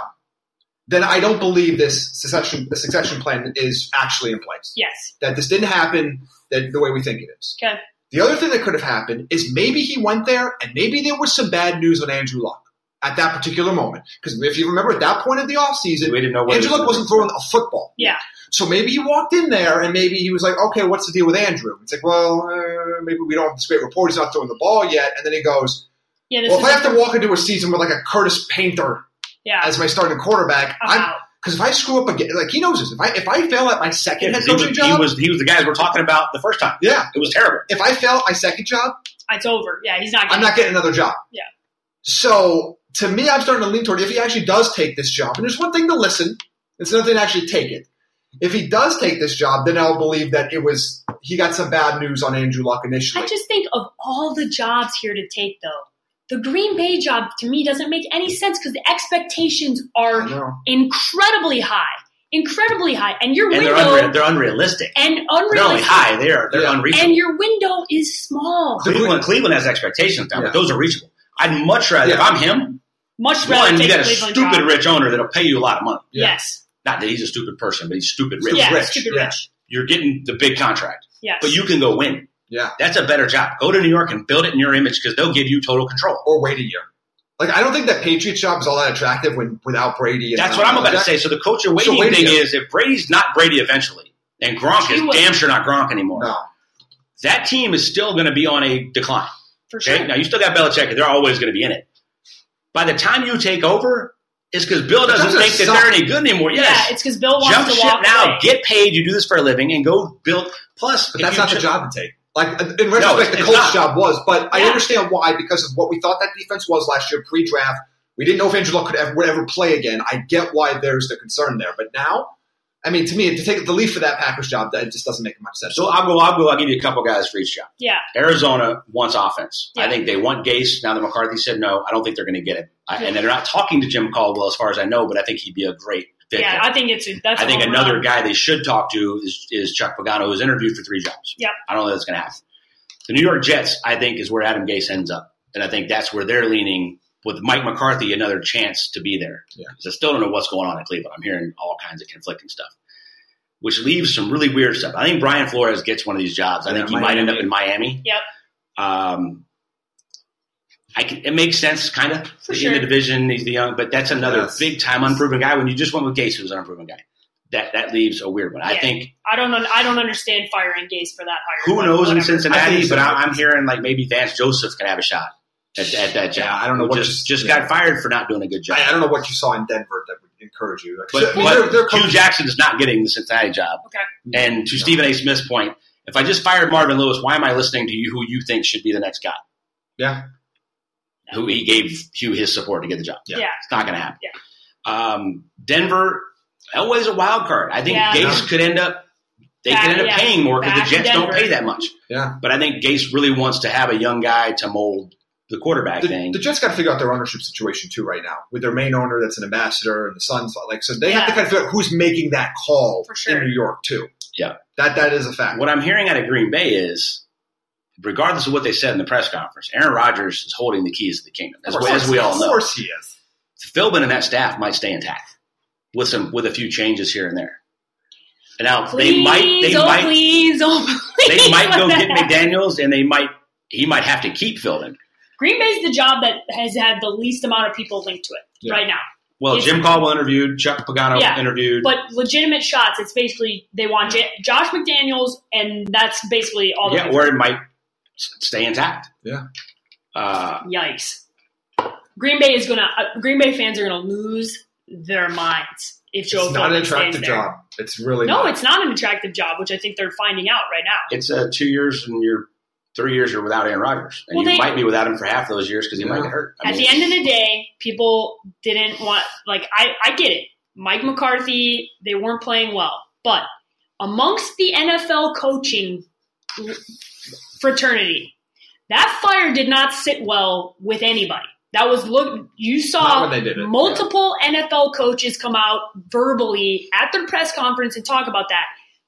E: then I don't believe this succession the succession plan is actually in place.
C: yes,
E: That this didn't happen that the way we think it is.
C: Okay.
E: The other thing that could have happened is maybe he went there and maybe there was some bad news on Andrew Luck at that particular moment. Because if you remember at that point of the
D: We
E: offseason,
D: didn't know what
E: Andrew
D: he was
E: Luck wasn't throwing a football.
C: yeah,
E: So maybe he walked in there and maybe he was like, okay, what's the deal with Andrew? It's like, well, uh, maybe we don't have this great report. He's not throwing the ball yet. And then he goes,
C: yeah. This
E: well, if
C: is
E: I have to walk into a season with like a Curtis Painter
C: yeah. Uh-huh.
E: as my starting quarterback,
C: I'm
E: I'm
C: out.
E: because if I screw up again, like he knows this. If I if I fail at my second head
D: Because
E: coaching
D: he, was, he
E: job,
D: was he was the guys we're talking about the first time.
E: yeah.
D: It was terrible.
E: If I fail at my second job,
C: It's over. Yeah, he's not.
E: I'm
C: Getting,
E: not getting another job.
C: Yeah.
E: So to me, I'm starting to lean toward if he actually does take this job. And there's one thing to listen; it's another thing to actually take it. If he does take this job, then I'll believe that it was he got some bad news on Andrew Luck initially.
C: I just think of all the jobs here to take though. The Green Bay job to me doesn't make any sense because the expectations
E: I
C: are
E: know.
C: incredibly high, incredibly high, and your
D: And they're,
C: window
D: unre- they're unrealistic.
C: and
D: They're not only
C: unrealistic,
D: high, they are they're
E: Yeah.
D: unreasonable.
C: and your window is small.
D: Cleveland, Cleveland has expectations now,
E: Yeah.
D: but those are reachable. I'd much rather if
E: Yeah.
D: I'm him.
C: Much rather
D: One, you
C: take
D: got a
C: Cleveland
D: stupid
C: job.
D: rich owner that'll pay you a lot of money.
E: Yeah.
C: Yes,
D: Not that he's a stupid person, but he's stupid rich.
C: yeah,
E: rich,
C: stupid
E: yeah.
C: rich.
D: You're getting the big contract,
C: Yes,
D: but you can go win.
E: Yeah.
D: That's a better job. Go to New York and build it in your image because they'll give you total control.
E: Or wait a year. Like I don't think that Patriots job is all that attractive when without Brady. And
D: That's what I'm about to
E: Belichick.
D: say. So the coach you're waiting
E: wait a
D: thing
E: year.
D: is if Brady's not Brady eventually, and Gronk
C: He
D: is
C: was-
D: damn sure not Gronk anymore.
E: No,
D: that team is still going to be on a decline.
C: for sure.
D: Okay? Now you still got Belichick; and they're always going to be in it. By the time you take over, it's because Bill
E: That
D: doesn't
E: doesn't
D: think that
E: suck.
D: they're any good anymore. oh, Yes,
C: Yeah, it's because Bill wants
D: jump
C: to
D: ship
C: walk
D: now,
C: away.
D: get paid. You do this for a living and go build. Plus,
E: But
D: if
E: that's
D: you
E: not the
D: ju-
E: job to take. Like in
D: No, it's-
E: retrospect, the
D: it's
E: Colts'
D: not.
E: job was, but I
C: Yeah.
E: understand why because of what we thought that defense was last year pre-draft We didn't know if Andrew Luck could ever, would ever play again. I get why there's the concern there, but now, I mean, to me, to take the lead for that Packers job, that just doesn't make much sense.
D: So I'll go. I'll go. I'll give you a couple guys for each job.
C: Yeah.
D: Arizona wants offense. I
C: Yeah.
D: think they want Gase. Now that McCarthy said no, I don't think they're going to get it. I, and they're not talking to Jim Caldwell, as far as I know, but I think he'd be a great fit.
C: Yeah, I think it's a, that's.
D: I
C: a
D: think
C: home
D: another
C: run.
D: guy they should talk to is, is Chuck Pagano, who's interviewed for three jobs.
C: Yep.
D: I don't know that's going to happen. The New York Jets, I think, is where Adam Gase ends up, and I think that's where they're leaning with Mike McCarthy another chance to be there.
E: Yeah.
D: 'Cause I still don't know what's going on in Cleveland. I'm hearing all kinds of conflicting stuff, which leaves some really weird stuff. I think Brian Flores gets one of these jobs. I
E: Yeah,
D: think he might end up
E: Miami.
D: in Miami.
C: Yep.
D: Um, I can, it makes sense, kind of.
C: For
D: in
C: sure.
D: the division, he's the young, but that's another
E: Yes.
D: big time unproven guy. When you just went with Gase, who's an unproven guy, that that leaves a weird one. I
C: Yeah.
D: think
C: I don't. Un- I don't understand firing Gase for that hire.
D: who
C: but
D: knows in
C: whatever.
E: I
D: Cincinnati,
E: think so.
D: but I, I'm hearing like maybe Vance Joseph can have a shot at, at that job.
E: Yeah, I don't know
D: Who
E: what
D: just
E: you-
D: just
E: yeah.
D: got fired for not doing a good job.
E: I, I don't know what you saw in Denver that would encourage you. Like,
D: but
E: I mean,
D: but
E: they're- they're
D: Hugh
E: coaches-
D: Jackson is not getting the Cincinnati job.
C: Okay.
D: And to
E: No.
D: Stephen A. Smith's point, if I just fired Marvin Lewis, why am I listening to you? Who you think should be the next guy?
E: Yeah.
D: Who he gave Hugh his support to get the job.
E: Yeah.
C: Yeah.
D: It's not going to happen. Um, Denver, Elway's a wild card. I think
C: Yeah.
D: Gase could end up. They
C: Back-
D: could end up
C: yeah.
D: paying more because
C: Back
D: the
C: in
D: Jets don't
C: Denver.
D: pay that much.
E: Yeah.
D: But I think Gase really wants to have a young guy to mold the quarterback
E: The,
D: thing.
E: the Jets got to figure out their ownership situation too right now with their main owner that's an ambassador and the Suns. Like, so they have to
C: Yeah.
E: kind of figure out who's making that call
C: For sure.
E: in New York too.
D: Yeah.
E: that that is a fact.
D: what I'm hearing out of Green Bay is, regardless of what they said in the press conference, Aaron Rodgers is holding the keys to the kingdom, as,
E: Of course,
D: as we all
E: of
D: know.
E: course he is.
D: Philbin and that staff might stay intact with some with a few changes here and there. And now they
C: Please,
D: might they
C: oh
D: might
C: please, oh please.
D: they might go
C: What the
D: get
C: heck?
D: McDaniels, and they might he might have to keep Philbin.
C: Green Bay's the job that has had the least amount of people linked to it
E: Yeah.
C: right now.
D: Well,
C: It's-
D: Jim Caldwell interviewed, Chuck Pagano
C: Yeah,
D: interviewed.
C: But legitimate shots, it's basically they want J- Josh McDaniels, and that's basically all.
D: yeah,
C: the
D: or it might s- stay intact.
E: Yeah.
D: Uh,
C: Yikes! Green Bay is gonna. Uh, Green Bay fans are gonna lose their minds if Joe.
E: it's not an
C: Philbin stays
E: attractive
C: there.
E: job. It's really
C: No,
E: not.
C: it's not an attractive job, which I think they're finding out right now.
D: it's uh, two years, and you're three years you're without Aaron Rodgers, and
C: Well,
D: you
C: they-
D: might be without him for half those years because he
E: Yeah.
D: might get hurt.
C: At the end of the day, people didn't want like I, I get it. Mike McCarthy, they weren't playing well. But amongst the NFL coaching fraternity, that fire did not sit well with anybody. That was look you
E: Not
C: saw
E: when they did it,
C: multiple NFL coaches come out verbally at their press conference and talk about that.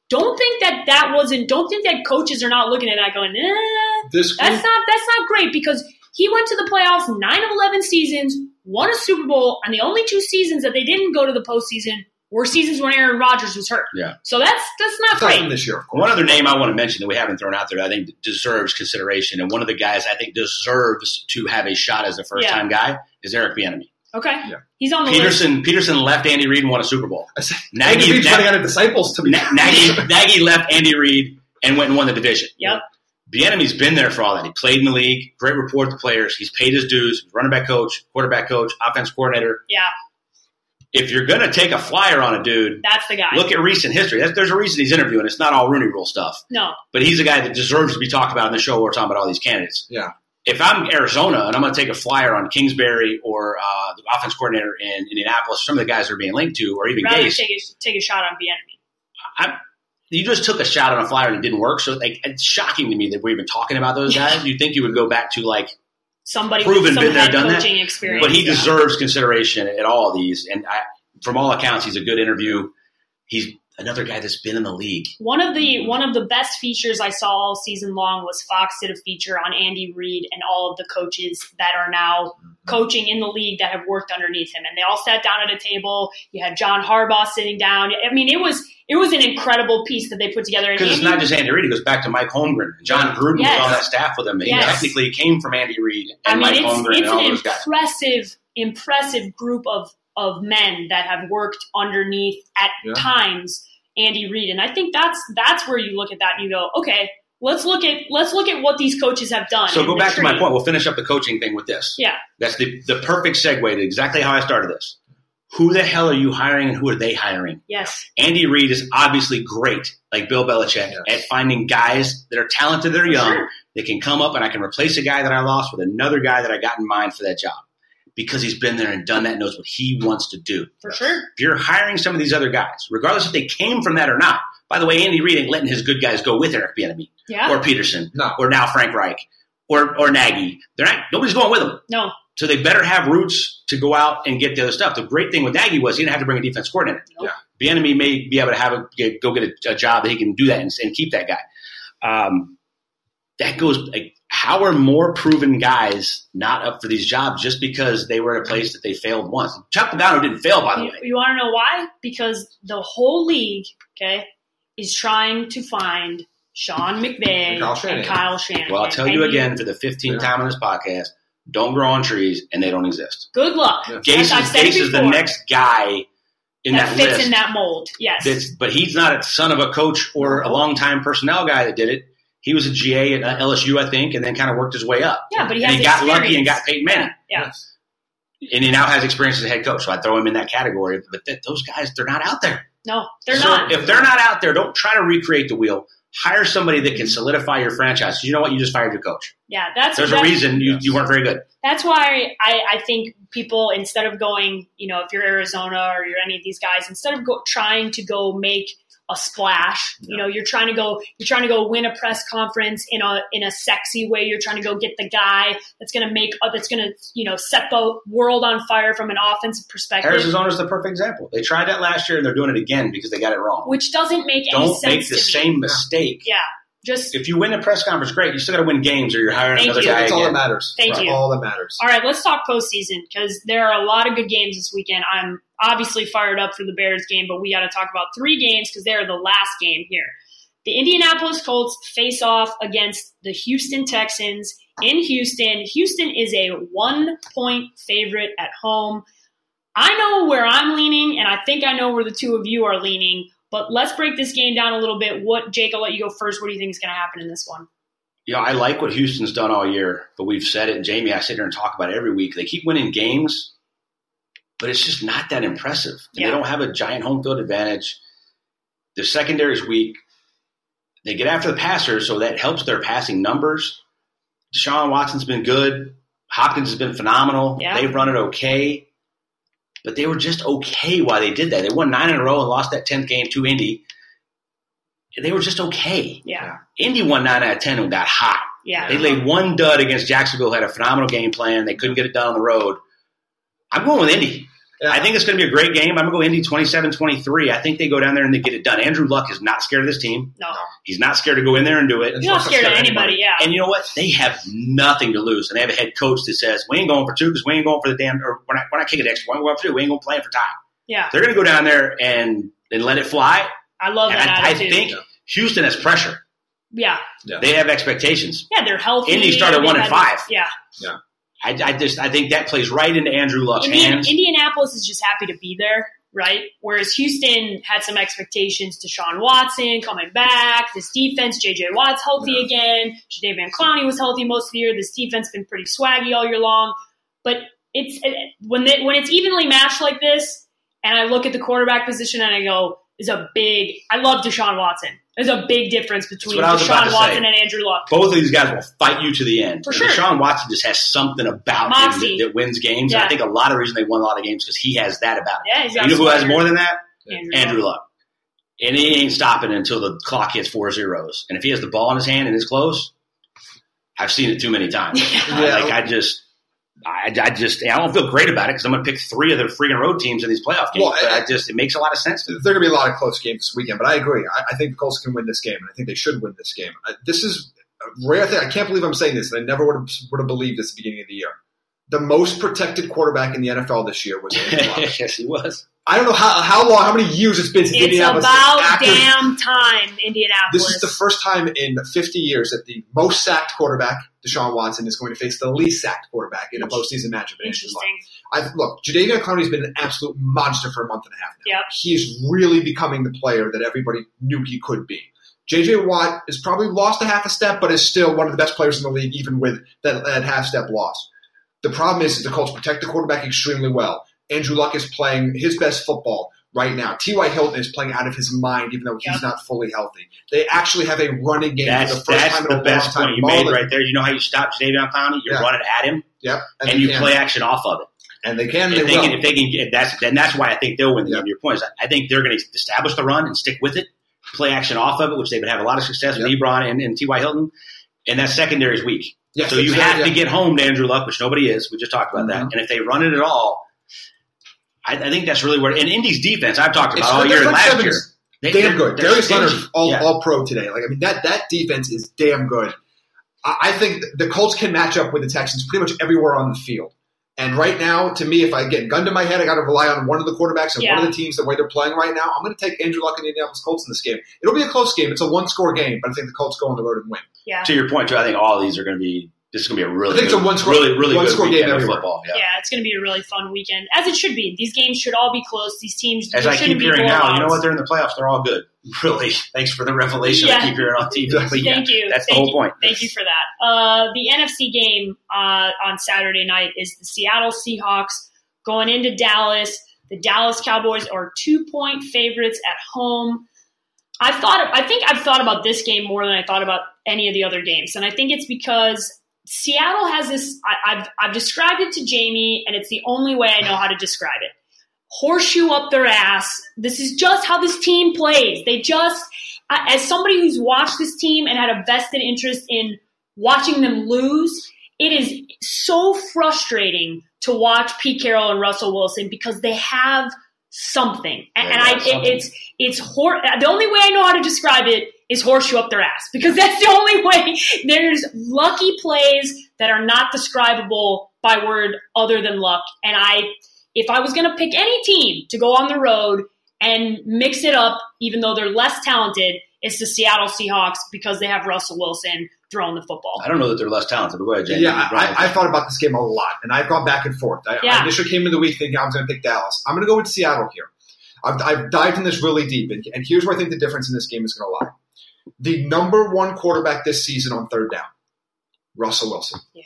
C: Don't think that that wasn't. Don't think that coaches are not looking at that going, eh,
E: This group,
C: that's not that's not great because he went to the playoffs nine of eleven seasons, won a Super Bowl, and the only two seasons that they didn't go to the postseason were seasons when Aaron Rodgers was hurt.
D: Yeah.
C: So that's that's not
E: aside from
C: great.
E: this year, of course.
D: One other name I want to mention that we haven't thrown out there, that I think deserves consideration, and one of the guys I think deserves to have a shot as a first time guy is Eric Bieniemy.
C: Okay.
E: Yeah.
C: He's on the list.
D: Peterson Peterson left Andy Reid and won a Super Bowl.
E: I said-
D: Nagy-
E: Andy Reid's
D: Nagy-
E: running out of disciples to be.
D: Na- Nagy, Nagy left Andy Reid and went and won the division.
C: Yep.
D: The enemy's been there for all that. He played in the league, great rapport with the players. He's paid his dues, running back coach, quarterback coach, offense coordinator.
C: Yeah,
D: If you're going to take a flyer on a dude,
C: that's the guy.
D: look at recent history. That's, there's a reason he's interviewing. It's not all Rooney Rule stuff,
C: no.
D: but he's a guy that deserves to be talked about on the show. We're talking about all these candidates.
E: Yeah.
D: If I'm Arizona and I'm going to take a flyer on Kingsbury or uh, the offense coordinator in Indianapolis, some of the guys they're being linked to, or even
C: Rather
D: Gase,
C: take a, take a shot on the enemy.
D: you just took a shot on a flyer and it didn't work. So like, it's shocking to me that we're even talking about those guys. You'd think you would go back to like,
C: Somebody
D: Proven
C: with some
D: been there,
C: head
D: done that.
C: coaching experience.
D: but he
C: Yeah.
D: deserves consideration at all these. And I, from all accounts, he's a good interview. He's another guy that's been in the league.
C: One of the one of the best features I saw all season long was Fox did a feature on Andy Reid and all of the coaches that are now
D: Mm-hmm.
C: coaching in the league that have worked underneath him, and they all sat down at a table. You had John Harbaugh sitting down. I mean, it was it was an incredible piece that they put together. And
D: Because it's
C: Andy-
D: not just Andy Reid; it goes back to Mike Holmgren. John Gruden
C: Yes.
D: was on that staff with him. He
C: Yes.
D: technically came from Andy Reid
C: I
D: and
C: mean,
D: Mike
C: it's,
D: Holmgren and all those
C: it's an
D: guys.
C: impressive, impressive group of of men that have worked underneath at
E: Yeah.
C: times Andy Reid, and I think that's that's where you look at that and you go, okay, let's look at let's look at what these coaches have done.
D: So
C: and
D: go back to my
C: matured.
D: point. We'll finish up the coaching thing with this.
C: Yeah,
D: That's the the perfect segue to exactly how I started this. Who the hell are you hiring, and who are they hiring?
C: yes,
D: Andy Reid is obviously great, like Bill Belichick,
E: Yes.
D: at finding guys that are talented, that are young,
C: sure.
D: that can come up and I can replace a guy that I lost with another guy that I got in mind for that job. because he's been there and done that, and knows what he wants to do.
C: for sure.
D: If you're hiring some of these other guys, regardless if they came from that or not, by the way, Andy Reid ain't letting his good guys go with Eric Bieniemy
C: Yeah.
D: or Peterson
E: No.
D: or now Frank Reich or or Nagy. They're not. Nobody's going with them.
C: No.
D: So they better have roots to go out and get the other stuff. The great thing with Nagy was he didn't have to bring a defense coordinator.
C: Nope.
D: The enemy may be able to have a get, go get a, a job that he can do that and, and keep that guy. Um, that goes. Like, how are more proven guys not up for these jobs just because they were at a place that they failed once? Chuck Pagano didn't fail, by the
C: You,
D: way.
C: you want to know why? Because the whole league, okay, is trying to find Sean McVay
E: Kyle Shanahan.
C: and Kyle Shanahan.
D: Well, I'll tell
C: And
D: you again for the 15th
E: Yeah.
D: time on this podcast: don't grow on trees, and they don't exist.
C: Good luck.
E: Yeah.
D: Gase,
C: Yes, I've
D: is,
C: said it
D: Gase is the
C: before.
D: next guy in that,
C: that, fits
D: list.
C: in that mold. Yes.
D: that's- but he's not a son of a coach or a longtime personnel guy that did it. He was a GA at uh, LSU, I think, and then kind of worked his way up.
C: yeah, but he
D: and
C: has
D: he got
C: experience.
D: lucky and got Peyton Manning,
C: Yeah.
D: and he now has experience as a head coach. So I throw him in that category. But th- those guys, they're not out there.
C: No, they're
D: So
C: not.
D: If they're not out there, don't try to recreate the wheel. Hire somebody that can solidify your franchise. You know what? You just fired your coach.
C: yeah, that's
D: There's a
C: that's-
D: reason you, you weren't very good.
C: That's why I, I think people, instead of going, you know, if you're Arizona or you're any of these guys, instead of go, trying to go make a splash, you know, you're trying to go, you're trying to go win a press conference in a in a sexy way. You're trying to go get the guy that's going to make, uh, that's going to, you know, set the world on fire from an offensive perspective,
D: Arizona's the perfect example. They tried that last year, and they're doing it again because they got it wrong.
C: which doesn't make any
D: Don't
C: sense
D: make the
C: to me.
D: same mistake
C: Yeah, just
D: if you win a press conference, great. You still got to win games, or you're hiring
C: Thank
D: another
C: you.
D: guy.
E: That's all that
D: again.
E: matters.
C: Thank
E: That's
C: you.
E: all that matters.
C: All right, let's talk postseason because there are a lot of good games this weekend. I'm obviously fired up for the Bears game, but we got to talk about three games because they are the last game here. The Indianapolis Colts face off against the Houston Texans in Houston. Houston is a one point favorite at home. I know where I'm leaning, and I think I know where the two of you are leaning, but let's break this game down a little bit. What, Jake, I'll let you go first. What do you think is going to happen in this one?
D: You know, I like what Houston's done all year, but we've said it, and Jamie, I sit here and talk about it every week. They keep winning games, but it's just not that impressive. And
C: Yeah.
D: They don't have a giant home field advantage. Their secondary is weak. They get after the passer, so that helps their passing numbers. Deshaun Watson's been good. Hopkins has been phenomenal.
C: Yeah.
D: They've run it okay. But they were just okay while they did that. They won nine in a row and lost that 10th game to Indy. They were just okay.
C: Yeah.
D: Indy won nine out of 10 and got hot.
C: Yeah.
D: They laid one dud against Jacksonville, had a phenomenal game plan. They couldn't get it done on the road. I'm going with Indy.
E: Yeah.
D: I think it's going to be a great game. I'm going to go Indy 27 23. I think they go down there and they get it done. Andrew Luck is not scared of this team.
C: No.
D: He's not scared to go in there and do it.
E: It's
C: You're not
E: not
C: scared of
E: scared of
C: anybody, yeah.
D: And you know what? They have nothing to lose. And they have a head coach that says, we ain't going for two because we ain't going for the damn, or we're not, we're not kicking extra. We ain't going for two. We ain't going to play for time.
C: Yeah.
D: They're going to go down there and, and let it fly.
C: I love
D: And
C: that
D: I, I
C: attitude.
D: think Houston has pressure.
C: yeah.
D: They have expectations.
C: Yeah, they're healthy.
D: Indy started one and
C: They've had-
D: five.
C: Yeah,
D: I, I just I think that plays right into Andrew Luck's
C: Indian,
D: hands.
C: Indianapolis is just happy to be there, right? Whereas Houston had some expectations to Sean Watson coming back, this defense, J.J. Watt's healthy again, Jadavion Clowney was healthy most of the year. This defense been pretty swaggy all year long, but it's when they, when it's evenly matched like this, and I look at the quarterback position and I go, "Is a big." I love Deshaun Watson. There's a big difference between
D: what I was about
C: Deshaun
D: to
C: Watson
D: say.
C: and Andrew Luck.
D: Both of these guys will fight you to the end.
C: For
D: And
C: sure.
D: Deshaun Watson just has something about
C: Moxie.
D: him that, that wins games. And
C: Yeah.
D: I think a lot of the reason they won a lot of games because he has that about him.
C: Yeah, he's got
D: you know who has
C: swagger.
D: more than that?
C: Luck.
D: Andrew Luck. And he ain't stopping until the clock hits four zeros. And if he has the ball in his hand and it's close, I've seen it too many times.
E: Yeah.
D: Like I just. I, I just I don't feel great about it because I'm going to pick three of the freaking road teams in these playoff games.
E: Well,
D: but
E: I-
D: I just it makes a lot of sense to me.
E: there are going to be a lot of close games this weekend, but I agree. I, I think the Colts can win this game, and I think they should win this game. I, this is a rare thing. I can't believe I'm saying this, and I never would have, would have believed this at the beginning of the year. The most protected quarterback in the NFL this year was Andrew Luck.
D: yes, he was.
E: I don't know how, how long, how many years it's been since
C: It's
E: Indianapolis
C: about
E: active-
C: damn time, Indianapolis.
E: This is the first time in 50 years that the most sacked quarterback, Deshaun Watson, is going to face the least sacked quarterback in a postseason matchup. in Andrew Luck.
C: interesting.
E: I look, Jadavion Clowney's been an absolute monster for a month and a half now.
C: Yep.
E: He's really becoming the player that everybody knew he could be. JJ Watt has probably lost a half a step, but is still one of the best players in the league, even with that, that half step loss. The problem is, is the Colts protect the quarterback extremely well. Andrew Luck is playing his best football right now. T.Y. Hilton is playing out of his mind, even though he's
C: Yep.
E: not fully healthy. They actually have a running game
D: That's
E: for the first
D: that's
E: time in
D: the
E: a
D: best
E: long time.
D: point you
E: Mullen-
D: made right there. You know how you stop Jadavion Clowney? You
E: Yeah.
D: run it at him,
E: Yep.
D: and,
E: they
D: you
E: can't-
D: play action off of it.
E: and they can.
D: if
E: They
D: they,
E: will.
D: can, if they can get that's then that's why I think they'll win the
E: Yeah.
D: game. Your point is, I think they're going to establish the run and stick with it, play action off of it, which they've been having a lot of success with
E: Yep.
D: Ebron and, and T.Y. Hilton, and that secondary is weak.
E: Yes,
D: so you
E: it's-
D: have
E: yeah. Mm-hmm.
D: to get home to Andrew Luck, which nobody is. We just talked about that. And if they run it at all, I, I think that's really where. And Indy's defense, I've talked about
E: It's
D: all
E: good.
D: year
E: Their
D: and
E: front
D: last year.
E: seven's
D: They-
E: damn
D: they're-
E: good.
D: they're
E: Darius Leonard,
D: stingy.
E: all,
D: Yeah.
E: all pro today. Like I mean, that that defense is damn good. I, I think the Colts can match up with the Texans pretty much everywhere on the field. And right now, to me, if I get gun to my head, I got to rely on one of the quarterbacks and one
C: Yeah.
E: of the teams the way they're playing right now. I'm going to take Andrew Luck and the Indianapolis Colts in this game. It'll be a close game. It's a one score game, but I think the Colts go on the road and win.
C: Yeah.
D: To your point, too, I think all these are going to be. This is going to be a really,
E: I think it's
D: good,
E: a one-score-
D: really, really good
E: one-score game
D: weekend of
E: everywhere.
D: football.
C: Yeah, it's going to be a really fun weekend, as it should be. These games should all be close. These teams
D: As
C: there
D: I
C: shouldn't
D: keep
C: be
D: hearing now, you know
C: blowouts.
D: what? They're in the playoffs. They're all good. Really, thanks for the revelation. I
C: Yeah.
D: keep hearing on TV. But yeah,
C: Thank you.
D: That's the
C: Thank
D: whole
C: you.
D: point.
C: Thank you for that. Uh, the NFC game uh, on Saturday night is the Seattle Seahawks going into Dallas. The Dallas Cowboys are two point favorites at home. I've thought. I think I've thought about this game more than I thought about any of the other games, and I think it's because Seattle has this. I, I've I've described it to Jamie, and it's the only way I know how to describe it. Horseshoe up their ass. This is just how this team plays. They just I- as somebody who's watched this team and had a vested interest in watching them lose, it is so frustrating to watch Pete Carroll and Russell Wilson because they have something, and,
D: They
C: and
D: got
C: I
D: something.
C: It, it's it's hor- uh, the only way I know how to describe it is horseshoe up their ass because that's the only way. There's lucky plays that are not describable by word other than luck, and I. If I was going to pick any team to go on the road and mix it up, even though they're less talented, it's the Seattle Seahawks because they have Russell Wilson throwing the football.
D: I don't know that they're less talented, but go ahead, Jamie.
E: Yeah, I,
D: Right.
E: I, I thought about this game a lot, and I've gone back and forth. I, I
C: Yeah.
E: initially came in the week thinking I was going to pick Dallas. I'm going to go with Seattle here. I've, I've dived in this really deep, and, and here's where I think the difference in this game is going to lie. The number one quarterback this season on third down, Russell Wilson.
C: Yeah.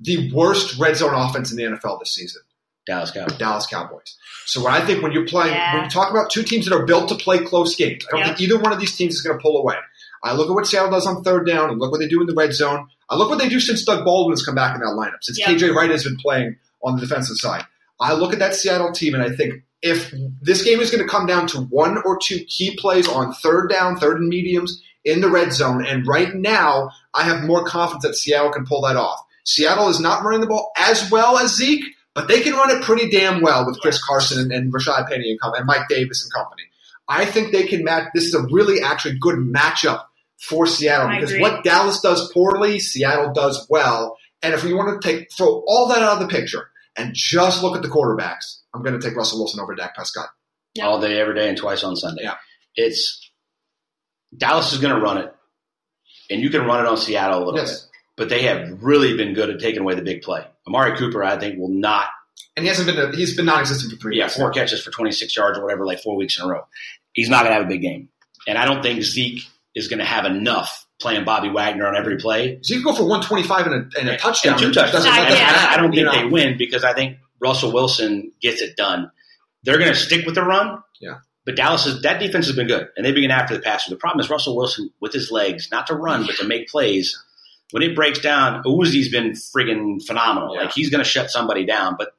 E: The worst red zone offense in the NFL this season,
D: Dallas Cowboys.
E: Dallas Cowboys. So when I think when you're playing,
C: Yeah.
E: when you talk about two teams that are built to play close games, I don't
C: Yeah.
E: think either one of these teams is going to pull away. I look at what Seattle does on third down, and look what they do in the red zone. I look what they do since Doug Baldwin's come back in that lineup, since
C: Yeah.
E: KJ Wright has been playing on the defensive side. I look at that Seattle team and I think if this game is going to come down to one or two key plays on third down, third and mediums in the red zone, and right now I have more confidence that Seattle can pull that off. Seattle is not running the ball as well as Zeke, but they can run it pretty damn well with Chris Carson and, and Rashad Penny and, com- and Mike Davis and company. I think they can match. This is a really actually good matchup for Seattle
C: I
E: because
C: agree.
E: what Dallas does poorly, Seattle does well. And if we want to take throw all that out of the picture and just look at the quarterbacks, I'm going to take Russell Wilson over Dak Prescott.
C: Yeah.
D: All day, every day, and twice on Sunday.
E: Yeah.
D: It's Dallas is going to run it, and you can run it on Seattle a little
E: Yes,
D: bit, but they have really been good at taking away the big play. Amari Cooper, I think, will not
E: and he hasn't been he's been non-existent for three
D: yeah,
E: years.
D: four catches for 26 yards or whatever, like four weeks in a row. He's not going to have a big game. And I don't think Zeke is going to have enough playing Bobby Wagner on every play.
E: So you can go for 125 and a, and a touchdown.
D: And two
E: It
D: touchdowns.
E: doesn't-
C: Yeah,
E: doesn't
C: yeah.
D: I
E: matter,
D: don't
E: you
D: think
E: know?
D: they win because I think Russell Wilson gets it done. They're going to stick with the run.
E: Yeah.
D: But Dallas is that defense has been good, and they've been getting after the passer. The problem is Russell Wilson with his legs, not to run, but to make plays. When it breaks down, Uzi's been friggin' phenomenal.
E: Yeah.
D: Like he's going to shut somebody down, but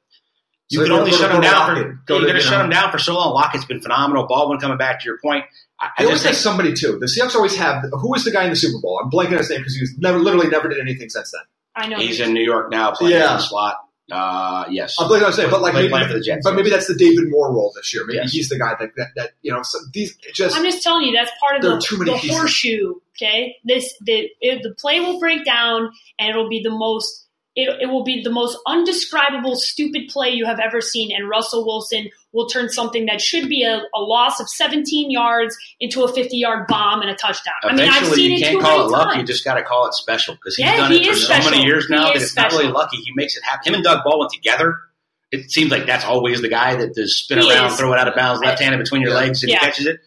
D: you
E: So
D: can
E: go-
D: only
E: go to-
D: shut
E: go
D: him
E: to
D: down
E: Lockett.
D: for
E: Go
D: you're
E: to-
D: going to
E: you
D: shut
E: know.
D: him down for so long. Lockett's been phenomenal. Baldwin coming back to your point. I, I
E: They always
D: just
E: have
D: think
E: somebody too. The Seahawks always have. Who was the guy in the Super Bowl? I'm blanking on his name because he's never, literally never did anything since then.
C: I know
D: he's in New York now playing
E: Yeah.
D: in the slot. Uh, yes,
E: I'm blanking on his name, but like
D: Play-
E: maybe,
D: playing for the Jets.
E: but maybe that's the David Moore role this year. Maybe
D: Yes.
E: he's the guy that that, that you know. So these it just
C: I'm just telling you that's part of
E: There
C: the,
E: are too many
C: the
E: pieces.
C: horseshoe. Okay, this the it, the play will break down, and it'll be the most it, it will be the most undescribable stupid play you have ever seen. And Russell Wilson will turn something that should be a, a loss of 17 yards into a 50 yard bomb and a touchdown.
D: Eventually,
C: I mean, I've seen
D: you
C: it
D: can't
C: too
D: call
C: many
D: it luck.
C: times.
D: You just got to call it special because he's
C: Yeah,
D: done
C: he
D: it for
C: is
D: so many
C: special.
D: years now
C: He
D: that
C: is
D: it's not really
C: special.
D: lucky. He makes it happen. Him and Doug Baldwin together. It seems like that's always the guy that does spin
C: He
D: around,
C: is.
D: throw it out of bounds,
C: I-
D: left handed between your
E: Yeah.
D: legs, and
C: Yeah.
D: he catches it.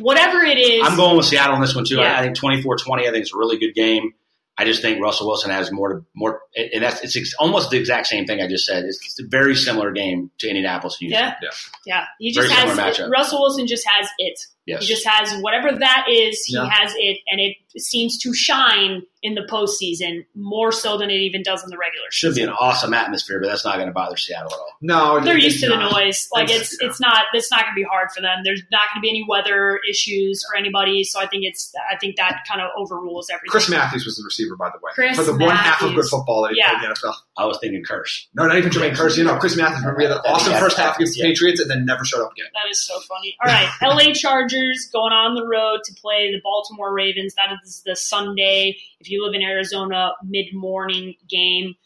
C: Whatever it is,
D: I'm going with Seattle on this one too.
C: Yeah.
D: I, I think 24-20. I think it's a really good game. I just think Russell Wilson has more to more, and that's it's ex- almost the exact same thing I just said. It's, it's a very similar game to Indianapolis. and Houston.
C: Yeah.
E: Yeah.
C: Yeah. He
D: Very
C: just has
D: similar matchup.
C: Russell Wilson just has it.
D: Yes.
C: He just has whatever that is, he
E: Yeah.
C: has it, and it seems to shine in the postseason more so than it even does in the regular
D: Should
C: season.
D: be an awesome atmosphere, but that's not going to bother Seattle at all.
E: No,
C: They're
E: it's
C: used to the
E: not.
C: noise. Like
E: It's-
C: it's it's not it's not going to be hard for them. There's not going to be any weather issues for anybody. So I think it's I think that kind of overrules everything.
E: Chris Matthews was the receiver, by the way.
C: Chris
E: for the one half of good
C: Matthews.
E: football that he
C: Yeah.
E: played in the NFL.
D: I was thinking curse.
E: No, not even Jermaine Curse. You know, Chris Matthews remember he had that awesome
D: Yeah.
E: first half against the
D: Yeah.
E: Patriots and then never showed up again.
C: That is so funny. All right, LA Chargers going on the road to play the Baltimore Ravens. That is the Sunday, if you live in Arizona, mid morning game.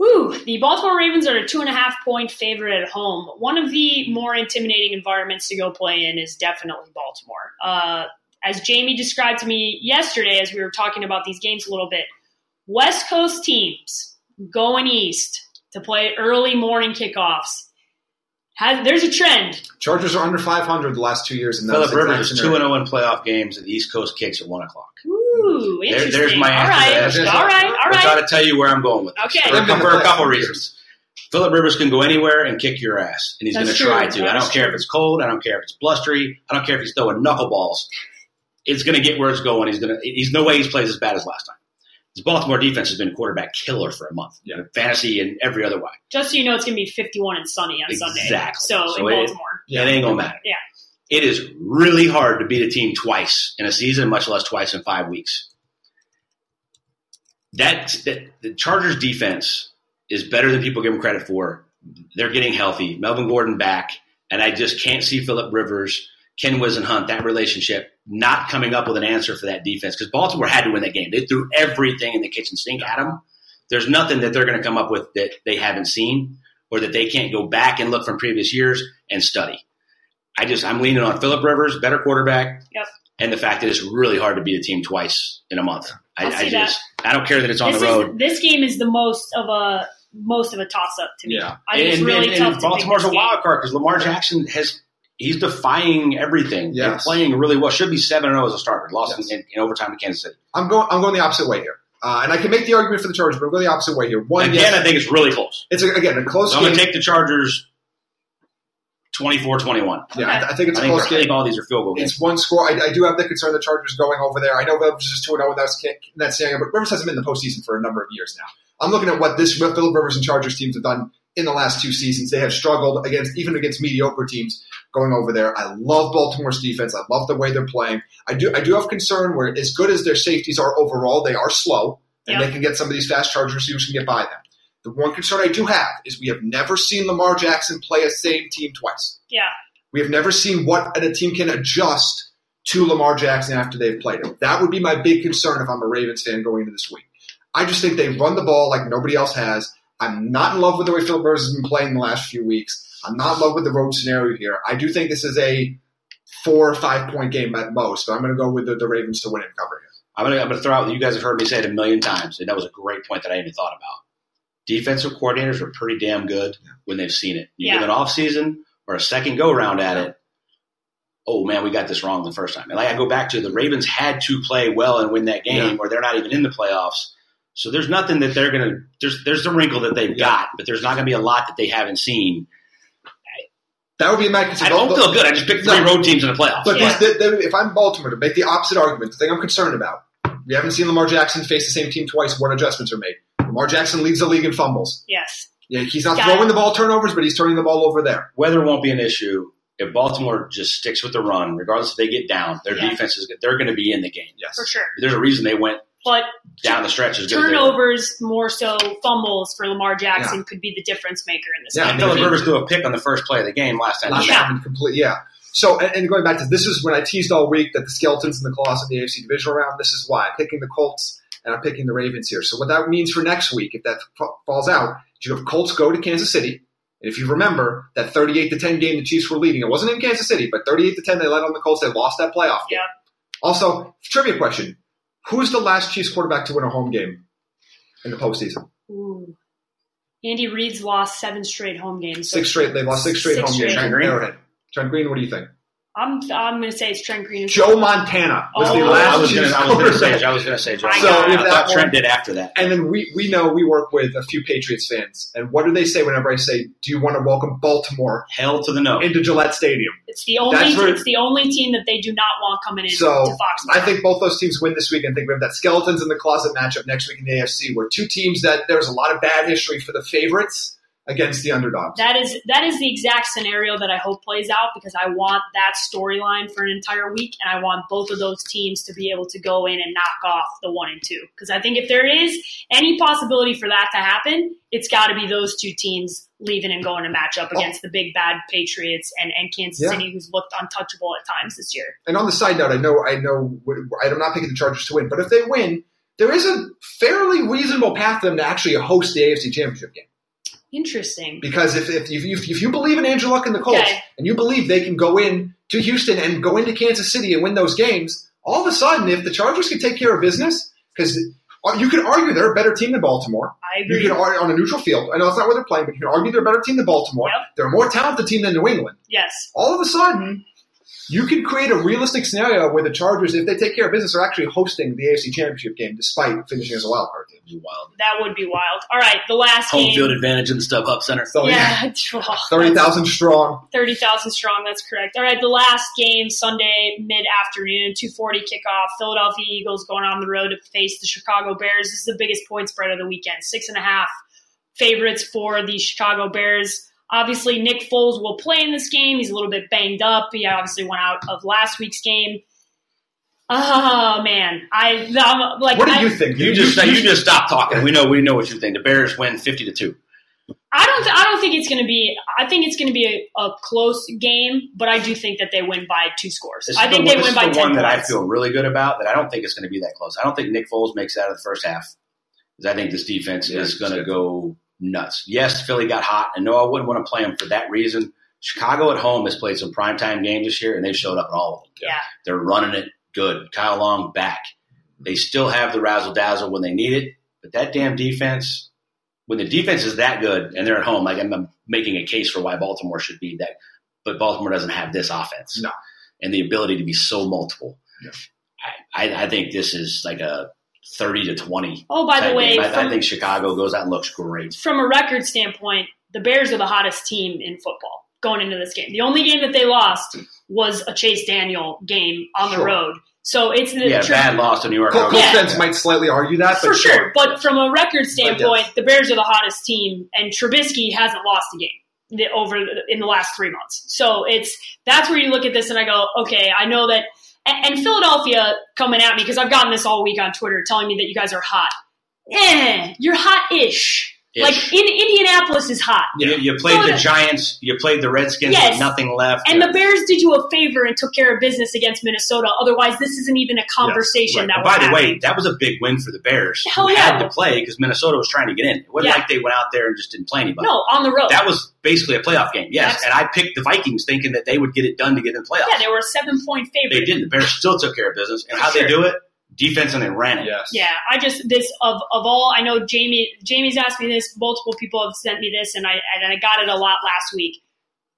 C: Woo! The Baltimore Ravens are a two and a half point favorite at home. One of the more intimidating environments to go play in is definitely Baltimore. Uh, as Jamie described to me yesterday, as we were talking about these games a little bit, West Coast teams going east to play early morning kickoffs. Has, there's a trend
E: Chargers are under 500 the last two years. And that
D: Philip
E: was the
D: Rivers is
E: exact
D: 2
E: scenario.
D: 0 in playoff games, and the East Coast kicks at 1 o'clock.
C: Ooh,
D: There-
C: interesting.
D: there's my
C: all right,
D: answer to that.
C: all right, all
D: I'll try
C: right.
D: to tell you where I'm going with this.
C: Okay.
D: For a,
E: Been
D: couple- for a
E: the
D: couple
E: last few
D: reasons. Philip Rivers can go anywhere and kick your ass, and he's going
C: That's
D: to try
C: true.
D: to. I
C: That's
D: don't care if
C: true.
D: it's cold. I don't care if it's blustery. I don't care if he's throwing knuckleballs. It's going to get where it's going. He's going to. He's no way he's plays as bad as last time. This Baltimore defense has been quarterback killer for a month,
E: Yeah.
D: fantasy and every other way.
C: Just so you know, it's going to be 51 and sunny on Sunday.
D: Exactly.
C: So,
D: So
C: in
D: it-
C: Baltimore.
D: It ain't gonna matter.
C: Yeah.
D: It is really hard to beat a team twice in a season, much less twice in five weeks. That, that the Chargers defense is better than people give them credit for. They're getting healthy. Melvin Gordon back, and I just can't see Philip Rivers, Ken and Hunt, that relationship not coming up with an answer for that defense because Baltimore had to win that game. They threw everything in the kitchen sink at them. There's nothing that they're going to come up with that they haven't seen or that they can't go back and look from previous years and study. I just I'm leaning on Philip Rivers, better quarterback,
C: Yep.
D: and the fact that it's really hard to beat a team twice in a month. I,
C: I'll
D: I
C: see
D: just I don't care that it's on
C: this,
D: the road.
C: Is, this game is the most of a most of a toss up to me.
E: Yeah.
C: I think it's
D: And-
C: really
D: and- and
C: tough to
D: Baltimore's
C: pick this
D: a
C: game.
D: wild card because Lamar Jackson has he's defying everything. They're
E: Yes.
D: playing really well. Should be seven zero as a starter. Lost
E: Yes.
D: in, in, overtime to Kansas City.
E: I'm going. I'm going the opposite way here, uh, and I can make the argument for the Chargers, but I'm going the opposite way here. One,
D: Again,
E: yes,
D: I think it's really close.
E: it's a, again a close
D: So I'm
E: game.
D: going to take the Chargers 24-21.
E: yeah, I, th- I think
D: I
E: it's a
D: think,
E: close
D: I think
E: game.
D: all these are field goal games.
E: It's one score. I, I do have the concern the Chargers going over there. I know Rivers is two and zero in that sca- in that scenario, but Rivers hasn't been in the postseason for a number of years now. I'm looking at what this what Philip Rivers and Chargers teams have done in the last two seasons. They have struggled against even against mediocre teams going over there. I love Baltimore's defense. I love the way they're playing. I do I do have concern where as good as their safeties are overall, they are slow and
C: Yeah.
E: they can get some of these fast Chargers receivers can get by them. The one concern I do have is we have never seen Lamar Jackson play a same team twice.
C: Yeah.
E: We have never seen what a team can adjust to Lamar Jackson after they've played him. That would be my big concern if I'm a Ravens fan going into this week. I just think they run the ball like nobody else has. I'm not in love with the way Philip Rivers has been playing the last few weeks. I'm not in love with the road scenario here. I do think this is a four or five point game at most, but I'm going to go with the, the Ravens to win and cover here.
D: I'm going to I'm gonna throw out you guys have heard me say it a million times, and that was a great point that I even thought about. Defensive coordinators are pretty damn good when they've seen it. You
C: Yeah.
D: give an off season or a second go round at it. Oh man, we got this wrong the first time. And like I go back to the Ravens had to play well and win that game, or they're not even in the playoffs. So there's nothing that they're gonna there's there's the wrinkle that they've got, but there's not gonna be a lot that they haven't seen.
E: That would be my
D: I
E: concern.
D: don't
E: But-
D: feel good. I just picked three
E: No.
D: road teams in the playoffs.
E: But
C: Yeah.
E: these- the- the- if I'm Baltimore, to make the opposite argument, the thing I'm concerned about, we haven't seen Lamar Jackson face the same team twice. What adjustments are made? Lamar Jackson leads the league in fumbles.
C: Yes.
E: Yeah, he's not
C: Got
E: throwing
C: it.
E: the ball turnovers, but he's turning the ball over there.
D: weather won't be an issue if Baltimore just sticks with the run, regardless if they get down. Their
C: Yeah.
D: defense is they're going to be in the game.
E: Yes.
C: For sure.
D: There's a reason they went
C: But
D: down the stretch as good as they were.
C: turnovers, more so fumbles for Lamar Jackson, could be the difference maker in this
E: Yeah.
C: game.
D: And Philip Rivers threw a pick on the first play of the game last time.
E: Not
C: Yeah.
E: happened complete. Yeah. So, and, and going back to this is when I teased all week that the skeletons in the closet in the AFC divisional round. This is why I'm picking the Colts and I'm picking the Ravens here. So, what that means for next week, if that fa- falls out, is you have Colts go to Kansas City. And if you remember that 38 to 10 game the Chiefs were leading, it wasn't in Kansas City, but 38 to 10 they led on the Colts. They lost that playoff game.
C: Yeah.
E: Also, trivia question: Who's the last Chiefs quarterback to win a home game in the postseason?
C: Ooh. Andy Reid's lost seven straight home games. So
E: Six straight. They lost six straight
C: Six
E: home games.
C: straight.
D: Trent Green?
E: Arrowhead. Trent Green. What do you think?
C: I'm I'm going to say it's Trent Green.
E: Joe Montana was the
C: Oh,
D: I
E: last
D: was gonna,
E: Chiefs
D: I was gonna
E: quarterback.
D: say, I was gonna say, Joe.
C: I
D: So
C: got it.
D: I
E: That
D: thought
E: one-
D: Trent did after that.
E: And then we, we know we work with a few Patriots fans. And what do they say whenever I say, do you want to welcome Baltimore
D: Hell to the no.
E: into Gillette Stadium?
C: It's the only
E: That's where-
C: it's the only team that they do not want coming in
E: So
C: to Fox.
E: I think both those teams win this week. And I think we have that skeletons in the closet matchup next week in the AFC where two teams that there's a lot of bad history for the favorites against the underdogs.
C: that is that is the exact scenario that I hope plays out because I want that storyline for an entire week, and I want both of those teams to be able to go in and knock off the one and two. Because I think if there is any possibility for that to happen, it's got to be those two teams leaving and going to match up against the big bad Patriots and and Kansas
E: Oh. Yeah.
C: City, who's looked untouchable at times this year.
E: And on the side note, I know, I know, I'm not picking the Chargers to win, but if they win, there is a fairly reasonable path for them to actually host the AFC Championship game.
C: Interesting.
E: Because if, if, you, if, if you believe in Andrew Luck and the Colts,
C: Okay.
E: and you believe they can go in to Houston and go into Kansas City and win those games, all of a sudden, if the Chargers can take care of business, because you could argue they're a better team than Baltimore.
C: I
E: You
C: agree.
E: can argue on a neutral field. I know it's not where they're playing, but you can argue they're a better team than Baltimore.
C: Yep.
E: They're a more talented team than New England.
C: yes.
E: All of a sudden,
C: Mm-hmm.
E: you can create a realistic scenario where the Chargers, if they take care of business, are actually hosting the AFC Championship game despite finishing as a wild card team.
D: Wild.
C: That would be wild. All right, the last
D: Home
C: game.
D: field advantage in the StubHub Center.
E: So,
C: yeah,
E: Oh, thirty thousand strong.
C: 30,000 strong. That's correct. All right, the last game Sunday mid afternoon, 2:40 kickoff. Philadelphia Eagles going on the road to face the Chicago Bears. This is the biggest point spread of the weekend. Six and a half favorites for the Chicago Bears. Obviously, Nick Foles will play in this game. He's a little bit banged up. He obviously went out of last week's game. Oh man, I I'm, like
E: What do
C: I,
E: you think?
D: You just you just stop talking. We know we know what you think. The Bears win fifty to two.
C: I don't. Th- I don't think it's going to be. I think it's going to be a, a close game, but I do think that they win by two scores.
D: This
C: I
D: is the
C: think they
D: one- this
C: win
D: is
C: by
D: the
C: ten
D: one that I
C: points.
D: feel really good about. That I don't think it's going to be that close. I don't think Nick Foles makes it out of the first half because I think this defense
E: Yeah,
D: is
E: it's
D: going to
E: good.
D: go nuts. Yes, Philly got hot, and no, I wouldn't want to play them for that reason. Chicago at home has played some primetime games this year, and they've showed up in all of them.
C: Yeah.
D: They're running it good. Kyle Long back. They still have the razzle dazzle when they need it, but that damn defense. When the defense is that good and they're at home, like I'm- I'm making a case for why Baltimore should be that, but Baltimore doesn't have this offense
E: No.
D: and the ability to be so multiple. I, I, I think this is like a thirty to twenty.
C: Oh, by
D: type
C: the way,
D: game. I, I
C: from,
D: think Chicago goes out and looks great.
C: from a record standpoint, the Bears are the hottest team in football going into this game. The only game that they lost was a Chase Daniel game on the
E: Sure.
C: road. So it's the
D: Yeah,
C: tr-
D: bad loss to New York.
E: Col- Colts
C: Yeah.
E: fans might slightly argue that, but
C: for sure. But from a record standpoint,
E: that's-
C: the Bears are the hottest team, and Trubisky hasn't lost a game the, over in the last three months. So it's that's where you look at this, and I go, okay, I know that. And, and Philadelphia coming at me because I've gotten this all week on Twitter telling me that you guys are hot. Eh, you're hot-ish.
D: Ish.
C: Like in Indianapolis is hot.
D: You, you played the
C: Philadelphia-
D: Giants. You played the Redskins
C: Yes.
D: with nothing left.
C: And the Bears did you a favor and took care of business against Minnesota. Otherwise, this isn't even a conversation
D: Right.
C: that
D: And
C: we're
D: By the
C: having.
D: way, that was a big win for the Bears.
C: Hell
D: who
C: yeah.
D: had to play because Minnesota was trying to get in. It wasn't
C: Yeah.
D: like they went out there and just didn't play anybody.
C: no, on the road.
D: That was basically a playoff game. Yes, and I picked the Vikings thinking that they would get it done to get in the playoffs.
C: yeah, they were a seven-point favorite.
D: They didn't. The Bears still took care of business. And
C: For
D: how would they
C: sure.
D: do it? Defense and they ran it.
E: yes,
C: Yeah, I just this of of all I know. Jamie Jamie's asked me this. Multiple people have sent me this, and I and I got it a lot last week.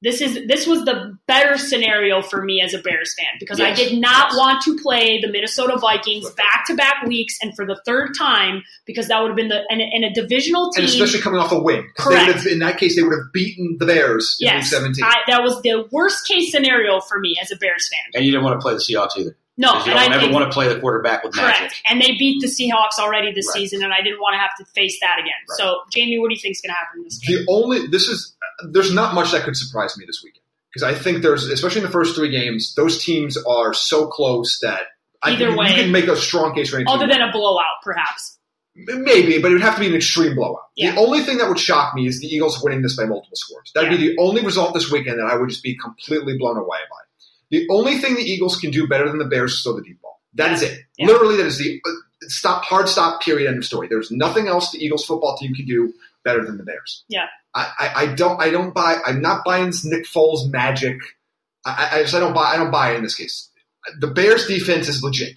C: This is this was the better scenario for me as a Bears fan because I
D: Yes.
C: did not
D: Yes.
C: want to play the Minnesota Vikings back to back weeks and for the third time because that would have been the and, and a divisional team.
E: and especially coming off a win. 'Cause They would
C: Correct.
E: have, in that case, they would have beaten the Bears in Week
C: yes,
E: 17.
C: I, that was the worst case scenario for me as a Bears fan.
D: And you didn't want to play the Seahawks either.
C: No,
D: Because you
C: and
D: don't
C: I
D: ever
C: think
D: want to play the quarterback with
C: correct.
D: magic.
C: And they beat the Seahawks already this
D: Right.
C: season, and I didn't want to have to face that again.
D: Right.
C: So, Jamie, what do you think is going to happen in this game?
E: the only this is there's not much that could surprise me this weekend because I think there's especially in the first three games those teams are so close that I
C: Either
E: think
C: way.
E: you can make a strong case for any
C: other
E: team.
C: than a blowout, perhaps.
E: Maybe, but it would have to be an extreme blowout.
C: Yeah.
E: The only thing that would shock me is the Eagles winning this by multiple scores. That'd be the only result this weekend that I would just be completely blown away by. The only thing the Eagles can do better than the Bears is throw the deep ball. That is it.
C: Yeah.
E: Literally, that is the uh, stop, hard stop, period, end of story. There's nothing else the Eagles football team can do better than the Bears.
C: Yeah.
E: I, I, I don't, I don't buy, I'm not buying Nick Foles magic. I, I- I just, I don't buy, I don't buy it in this case. The Bears defense is legit.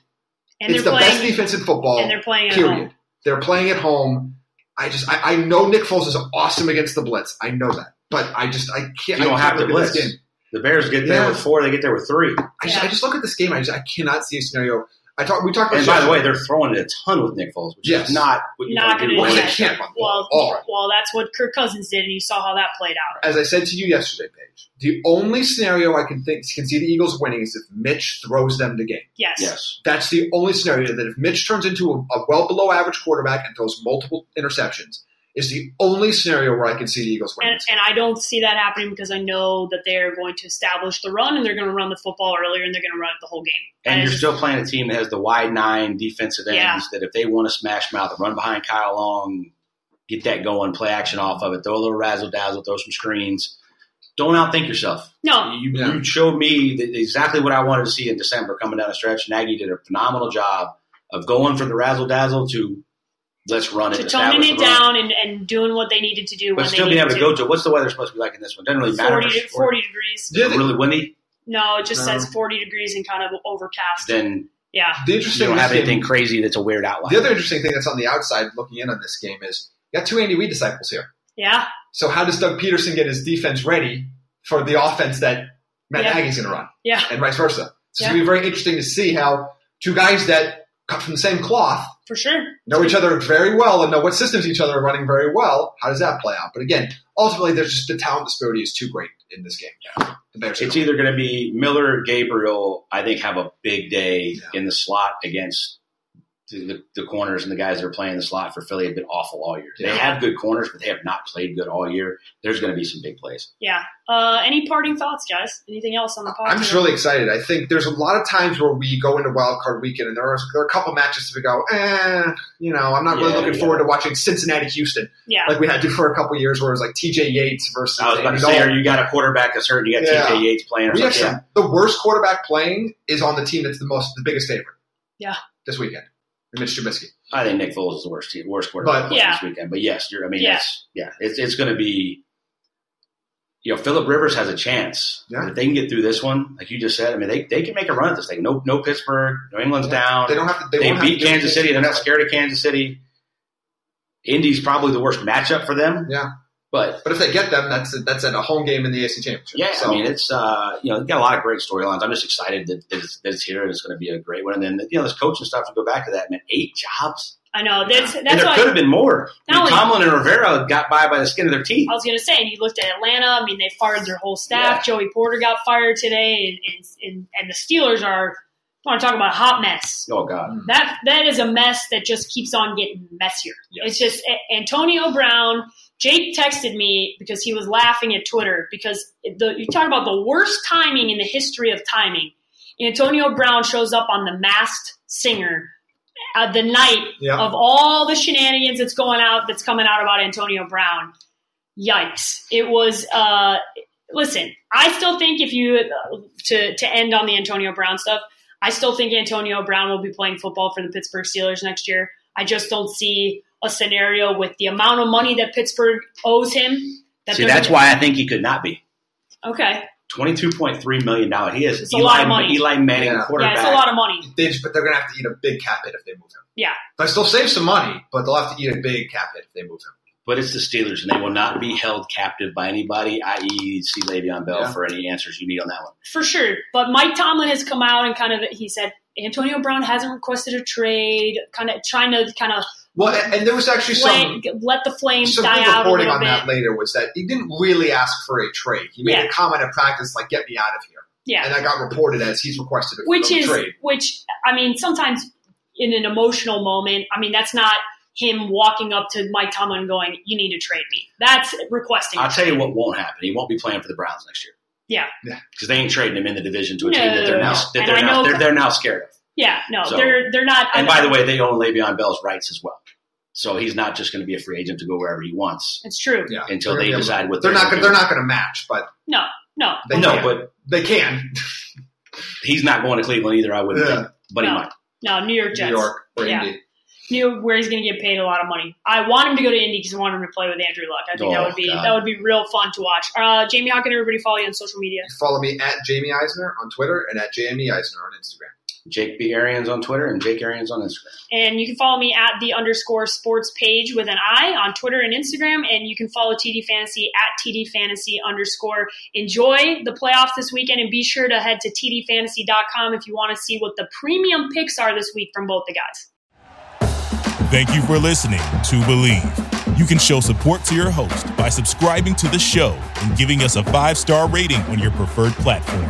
C: And
E: it's
C: they're
E: the best
C: playing.
E: defense in football.
C: And they're playing at
E: Period.
C: home.
E: They're playing at home. I just I, I know Nick Foles is awesome against the blitz. I know that, but I just I can't.
D: You
E: I
D: don't
E: can't
D: have to
E: look at this
D: blitz.
E: game.
D: The The Bears get there
E: Yeah.
D: with four. They get there with three.
E: I, just,
C: Yeah.
E: I just look at this game. I, just, I cannot see a scenario. I talked. We talked about.
D: And by the way, they're throwing it a ton with Nick Foles, which
E: Yes.
D: is not what you
C: Not
D: want to
C: gonna
D: do.
E: well,
C: do
D: when
E: they
C: that.
D: it's-
E: can't run the
C: Well,
E: ball. All right.
C: well, that's what Kirk Cousins did, and you saw how that played out.
E: As I said to you yesterday, Paige, the only scenario I can think can see the Eagles winning is if Mitch throws them the game.
C: Yes.
D: Yes.
E: That's the only scenario that if Mitch turns into a, a well below average quarterback and throws multiple interceptions, is the only scenario where I can see the Eagles winning.
C: And,
E: this
C: and I don't see that happening because I know that they're going to establish the run and they're going to run the football earlier and they're going to run it the whole game.
D: And you're
C: it's-
D: still playing a team that has the wide nine defensive ends
C: Yeah.
D: that if they want to smash mouth and run behind Kyle Long, get that going, play action off of it, throw a little razzle dazzle, throw some screens. Don't outthink yourself.
C: no,
D: You,
E: Yeah.
D: you showed me th- exactly what I wanted to see in December coming down the stretch. Nagy did a phenomenal job of going from the razzle dazzle to let's run it,
C: to toning
D: establish
C: it
D: the run.
C: down and, and doing what they needed to do.
D: but
C: when
D: still
C: they
D: being able
C: needed
D: to go to what's the weather supposed to be like in this one? Doesn't really matter.
C: 40,
D: if
C: de-
D: it's
C: 40 degrees.
E: Yeah.
D: really windy,
C: No, it just
E: No.
C: says 40 degrees and kind of overcast.
D: then
C: yeah.
E: the
D: you
E: interesting
D: don't have
E: this
D: anything
E: game,
D: crazy that's a weird outline.
E: the other interesting thing that's on the outside looking in on this game is you got two Andy Reid disciples here.
C: Yeah.
E: So how does Doug Peterson get his defense ready for the offense that Matt
C: Yeah.
E: Nagy's going to run,
C: Yeah.
E: and vice versa? So it's going to be very interesting to see how two guys that cut from the same cloth
C: For sure.
E: know each other very well and know what systems each other are running very well. How does that play out? But again, ultimately, there's just the talent disparity is too great in this game. The Bears.
D: It's
E: don't.
D: either going to be Miller or Gabriel. I think have a big day
E: Yeah.
D: in the slot against the, the, the corners and the guys that are playing the slot for Philly have been awful all year.
E: Yeah.
D: They have good corners, but they have not played good all year. There's going to be some big plays.
C: Yeah. Uh, any parting thoughts, guys? Anything else on the podcast?
E: I'm just really excited. I think there's a lot of times where we go into wild card weekend and there are, there are a couple matches that we go, eh, you know, I'm not really
D: Yeah,
E: looking
D: yeah.
E: forward to watching Cincinnati Houston
C: Yeah.
E: like we had to for a couple years where it was like TJ Yates versus
D: I was about to
E: Andy
D: say,
E: Dalton.
D: or you got a quarterback that's hurt, and you got
E: Yeah.
D: TJ Yates playing. Or
E: We have
D: something.
E: some, the worst quarterback playing is on the team that's the most the biggest favorite.
C: Yeah.
E: This weekend. Mitch Trubisky.
D: I think Nick Foles is the worst team, worst quarterback
E: But-
D: playing
C: Yeah.
D: this weekend. But yes, you're. I mean,
C: Yeah.
D: that's yeah. It's it's going to be. You know, Philip Rivers has a chance.
E: Yeah.
D: If they can get through this one, like you just said, I mean, they, they can make a run at this thing. No, no Pittsburgh, New England's down.
E: They don't have to they,
D: They,
E: won't have
D: beat
E: to do
D: Kansas
E: anything.
D: City. They're not scared of Kansas City. Indy's probably the worst matchup for them.
E: Yeah.
D: But
E: But if they get them, that's that's at a home game in the AFC Championship.
D: yeah,
E: so
D: I mean, it's uh, you know, got a lot of great storylines. I'm just excited that, that, it's, that it's here and it's going to be a great one. And then you know, this coaching stuff to go back to that man, eight jobs.
C: I know. That's,
D: And
C: that's
D: there
C: why
D: could have been more. I mean,
C: Not only- Oh.
D: Tomlin and Rivera got by by the skin of their teeth.
C: I was going to say, and you looked at Atlanta. I mean, they fired their whole staff. Joey Porter got fired today, and and, and, and the Steelers are. I want to talk about a hot mess.
D: Oh God,
C: That that is a mess that just keeps on getting messier. It's just A- Antonio Brown. Jake texted me because he was laughing at Twitter because the, you talk about the worst timing in the history of timing. Antonio Brown shows up on the Masked Singer uh, the night
E: yeah.
C: of all the shenanigans that's going out that's coming out about Antonio Brown. Yikes! It was. Uh, listen, I still think if you to to end on the Antonio Brown stuff, I still think Antonio Brown will be playing football for the Pittsburgh Steelers next year. I just don't see a scenario with the amount of money that Pittsburgh owes him. That
D: see,
C: they're
D: that's
C: gonna-
D: why I think he could not be.
C: Okay,
D: Twenty-two point three million dollars. He is
C: It's a
D: Eli,
C: lot of money.
D: Eli Manning
E: Yeah.
D: quarterback.
C: yeah, it's a lot of money.
E: They just, but they're going to have to eat a big cap hit if they move him.
C: Yeah.
E: They'll still save some money, but they'll have to eat a big cap hit if they move him.
D: But it's the Steelers, and they will not be held captive by anybody, i.e., see Le'Veon Bell
E: Yeah.
D: for any answers you need on that one.
C: for sure. But Mike Tomlin has come out and kind of he said Antonio Brown hasn't requested a trade, kind of trying to kind of
E: Well, and, and there was actually
C: flame,
E: some
C: let the flames
E: some good
C: die out a
E: reporting
C: little
E: on
C: bit.
E: that later was that he didn't really ask for a trade. He made
C: Yeah.
E: a comment at practice like "Get me out of here,"
C: yeah,
E: and that got reported as he's requested a,
C: which
E: a
C: is
E: trade.
C: which I mean sometimes in an emotional moment, I mean that's not him walking up to Mike Tomlin and going, "You need to trade me." That's requesting.
D: I'll
C: it.
D: tell you what won't happen. He won't be playing for the Browns next year.
C: Yeah.
E: Yeah.
D: Because they ain't trading him in the division to a
C: No.
D: team that they're now that
C: And
D: they're
C: I
D: now,
C: know-
D: they're, they're now scared of.
C: yeah, no,
D: So-
C: they're they're not.
D: And by the way, they own Le'Veon Bell's rights as well. So he's not just going to be a free agent to go wherever he wants
C: it's true.
E: Yeah,
D: until
E: They're
D: they
E: gonna be
D: decide
E: able-
D: what
E: they're
D: they're,
E: not
D: gonna
E: gonna, they're not going to match, but
C: No, no,
E: they
D: do.
E: can.
D: No, but
E: they can.
D: he's not going to Cleveland either. I wouldn't
E: Yeah.
D: think, but he
C: No.
D: might.
C: no, New York Jets.
E: New York or
C: Yeah.
E: Indy.
C: you know, where he's going to get paid a lot of money. I want him to go to Indy because I want him to play with Andrew Luck. I think that
D: Oh,
C: would be
D: God.
C: that would be real fun to watch. Uh, Jamie, how can everybody follow you on social media?
E: Follow me at Jamie Eisner on Twitter and at Jamie Eisner on Instagram.
D: Jake B. Arians on Twitter and Jake Arians on Instagram.
C: And you can follow me at the underscore sports page with an I on Twitter and Instagram. And you can follow TD Fantasy at TD Fantasy underscore. Enjoy the playoffs this weekend and be sure to head to TDFantasy.com if you want to see what the premium picks are this week from both the guys.
F: Thank you for listening to Believe. You can show support to your host by subscribing to the show and giving us a five star rating on your preferred platform.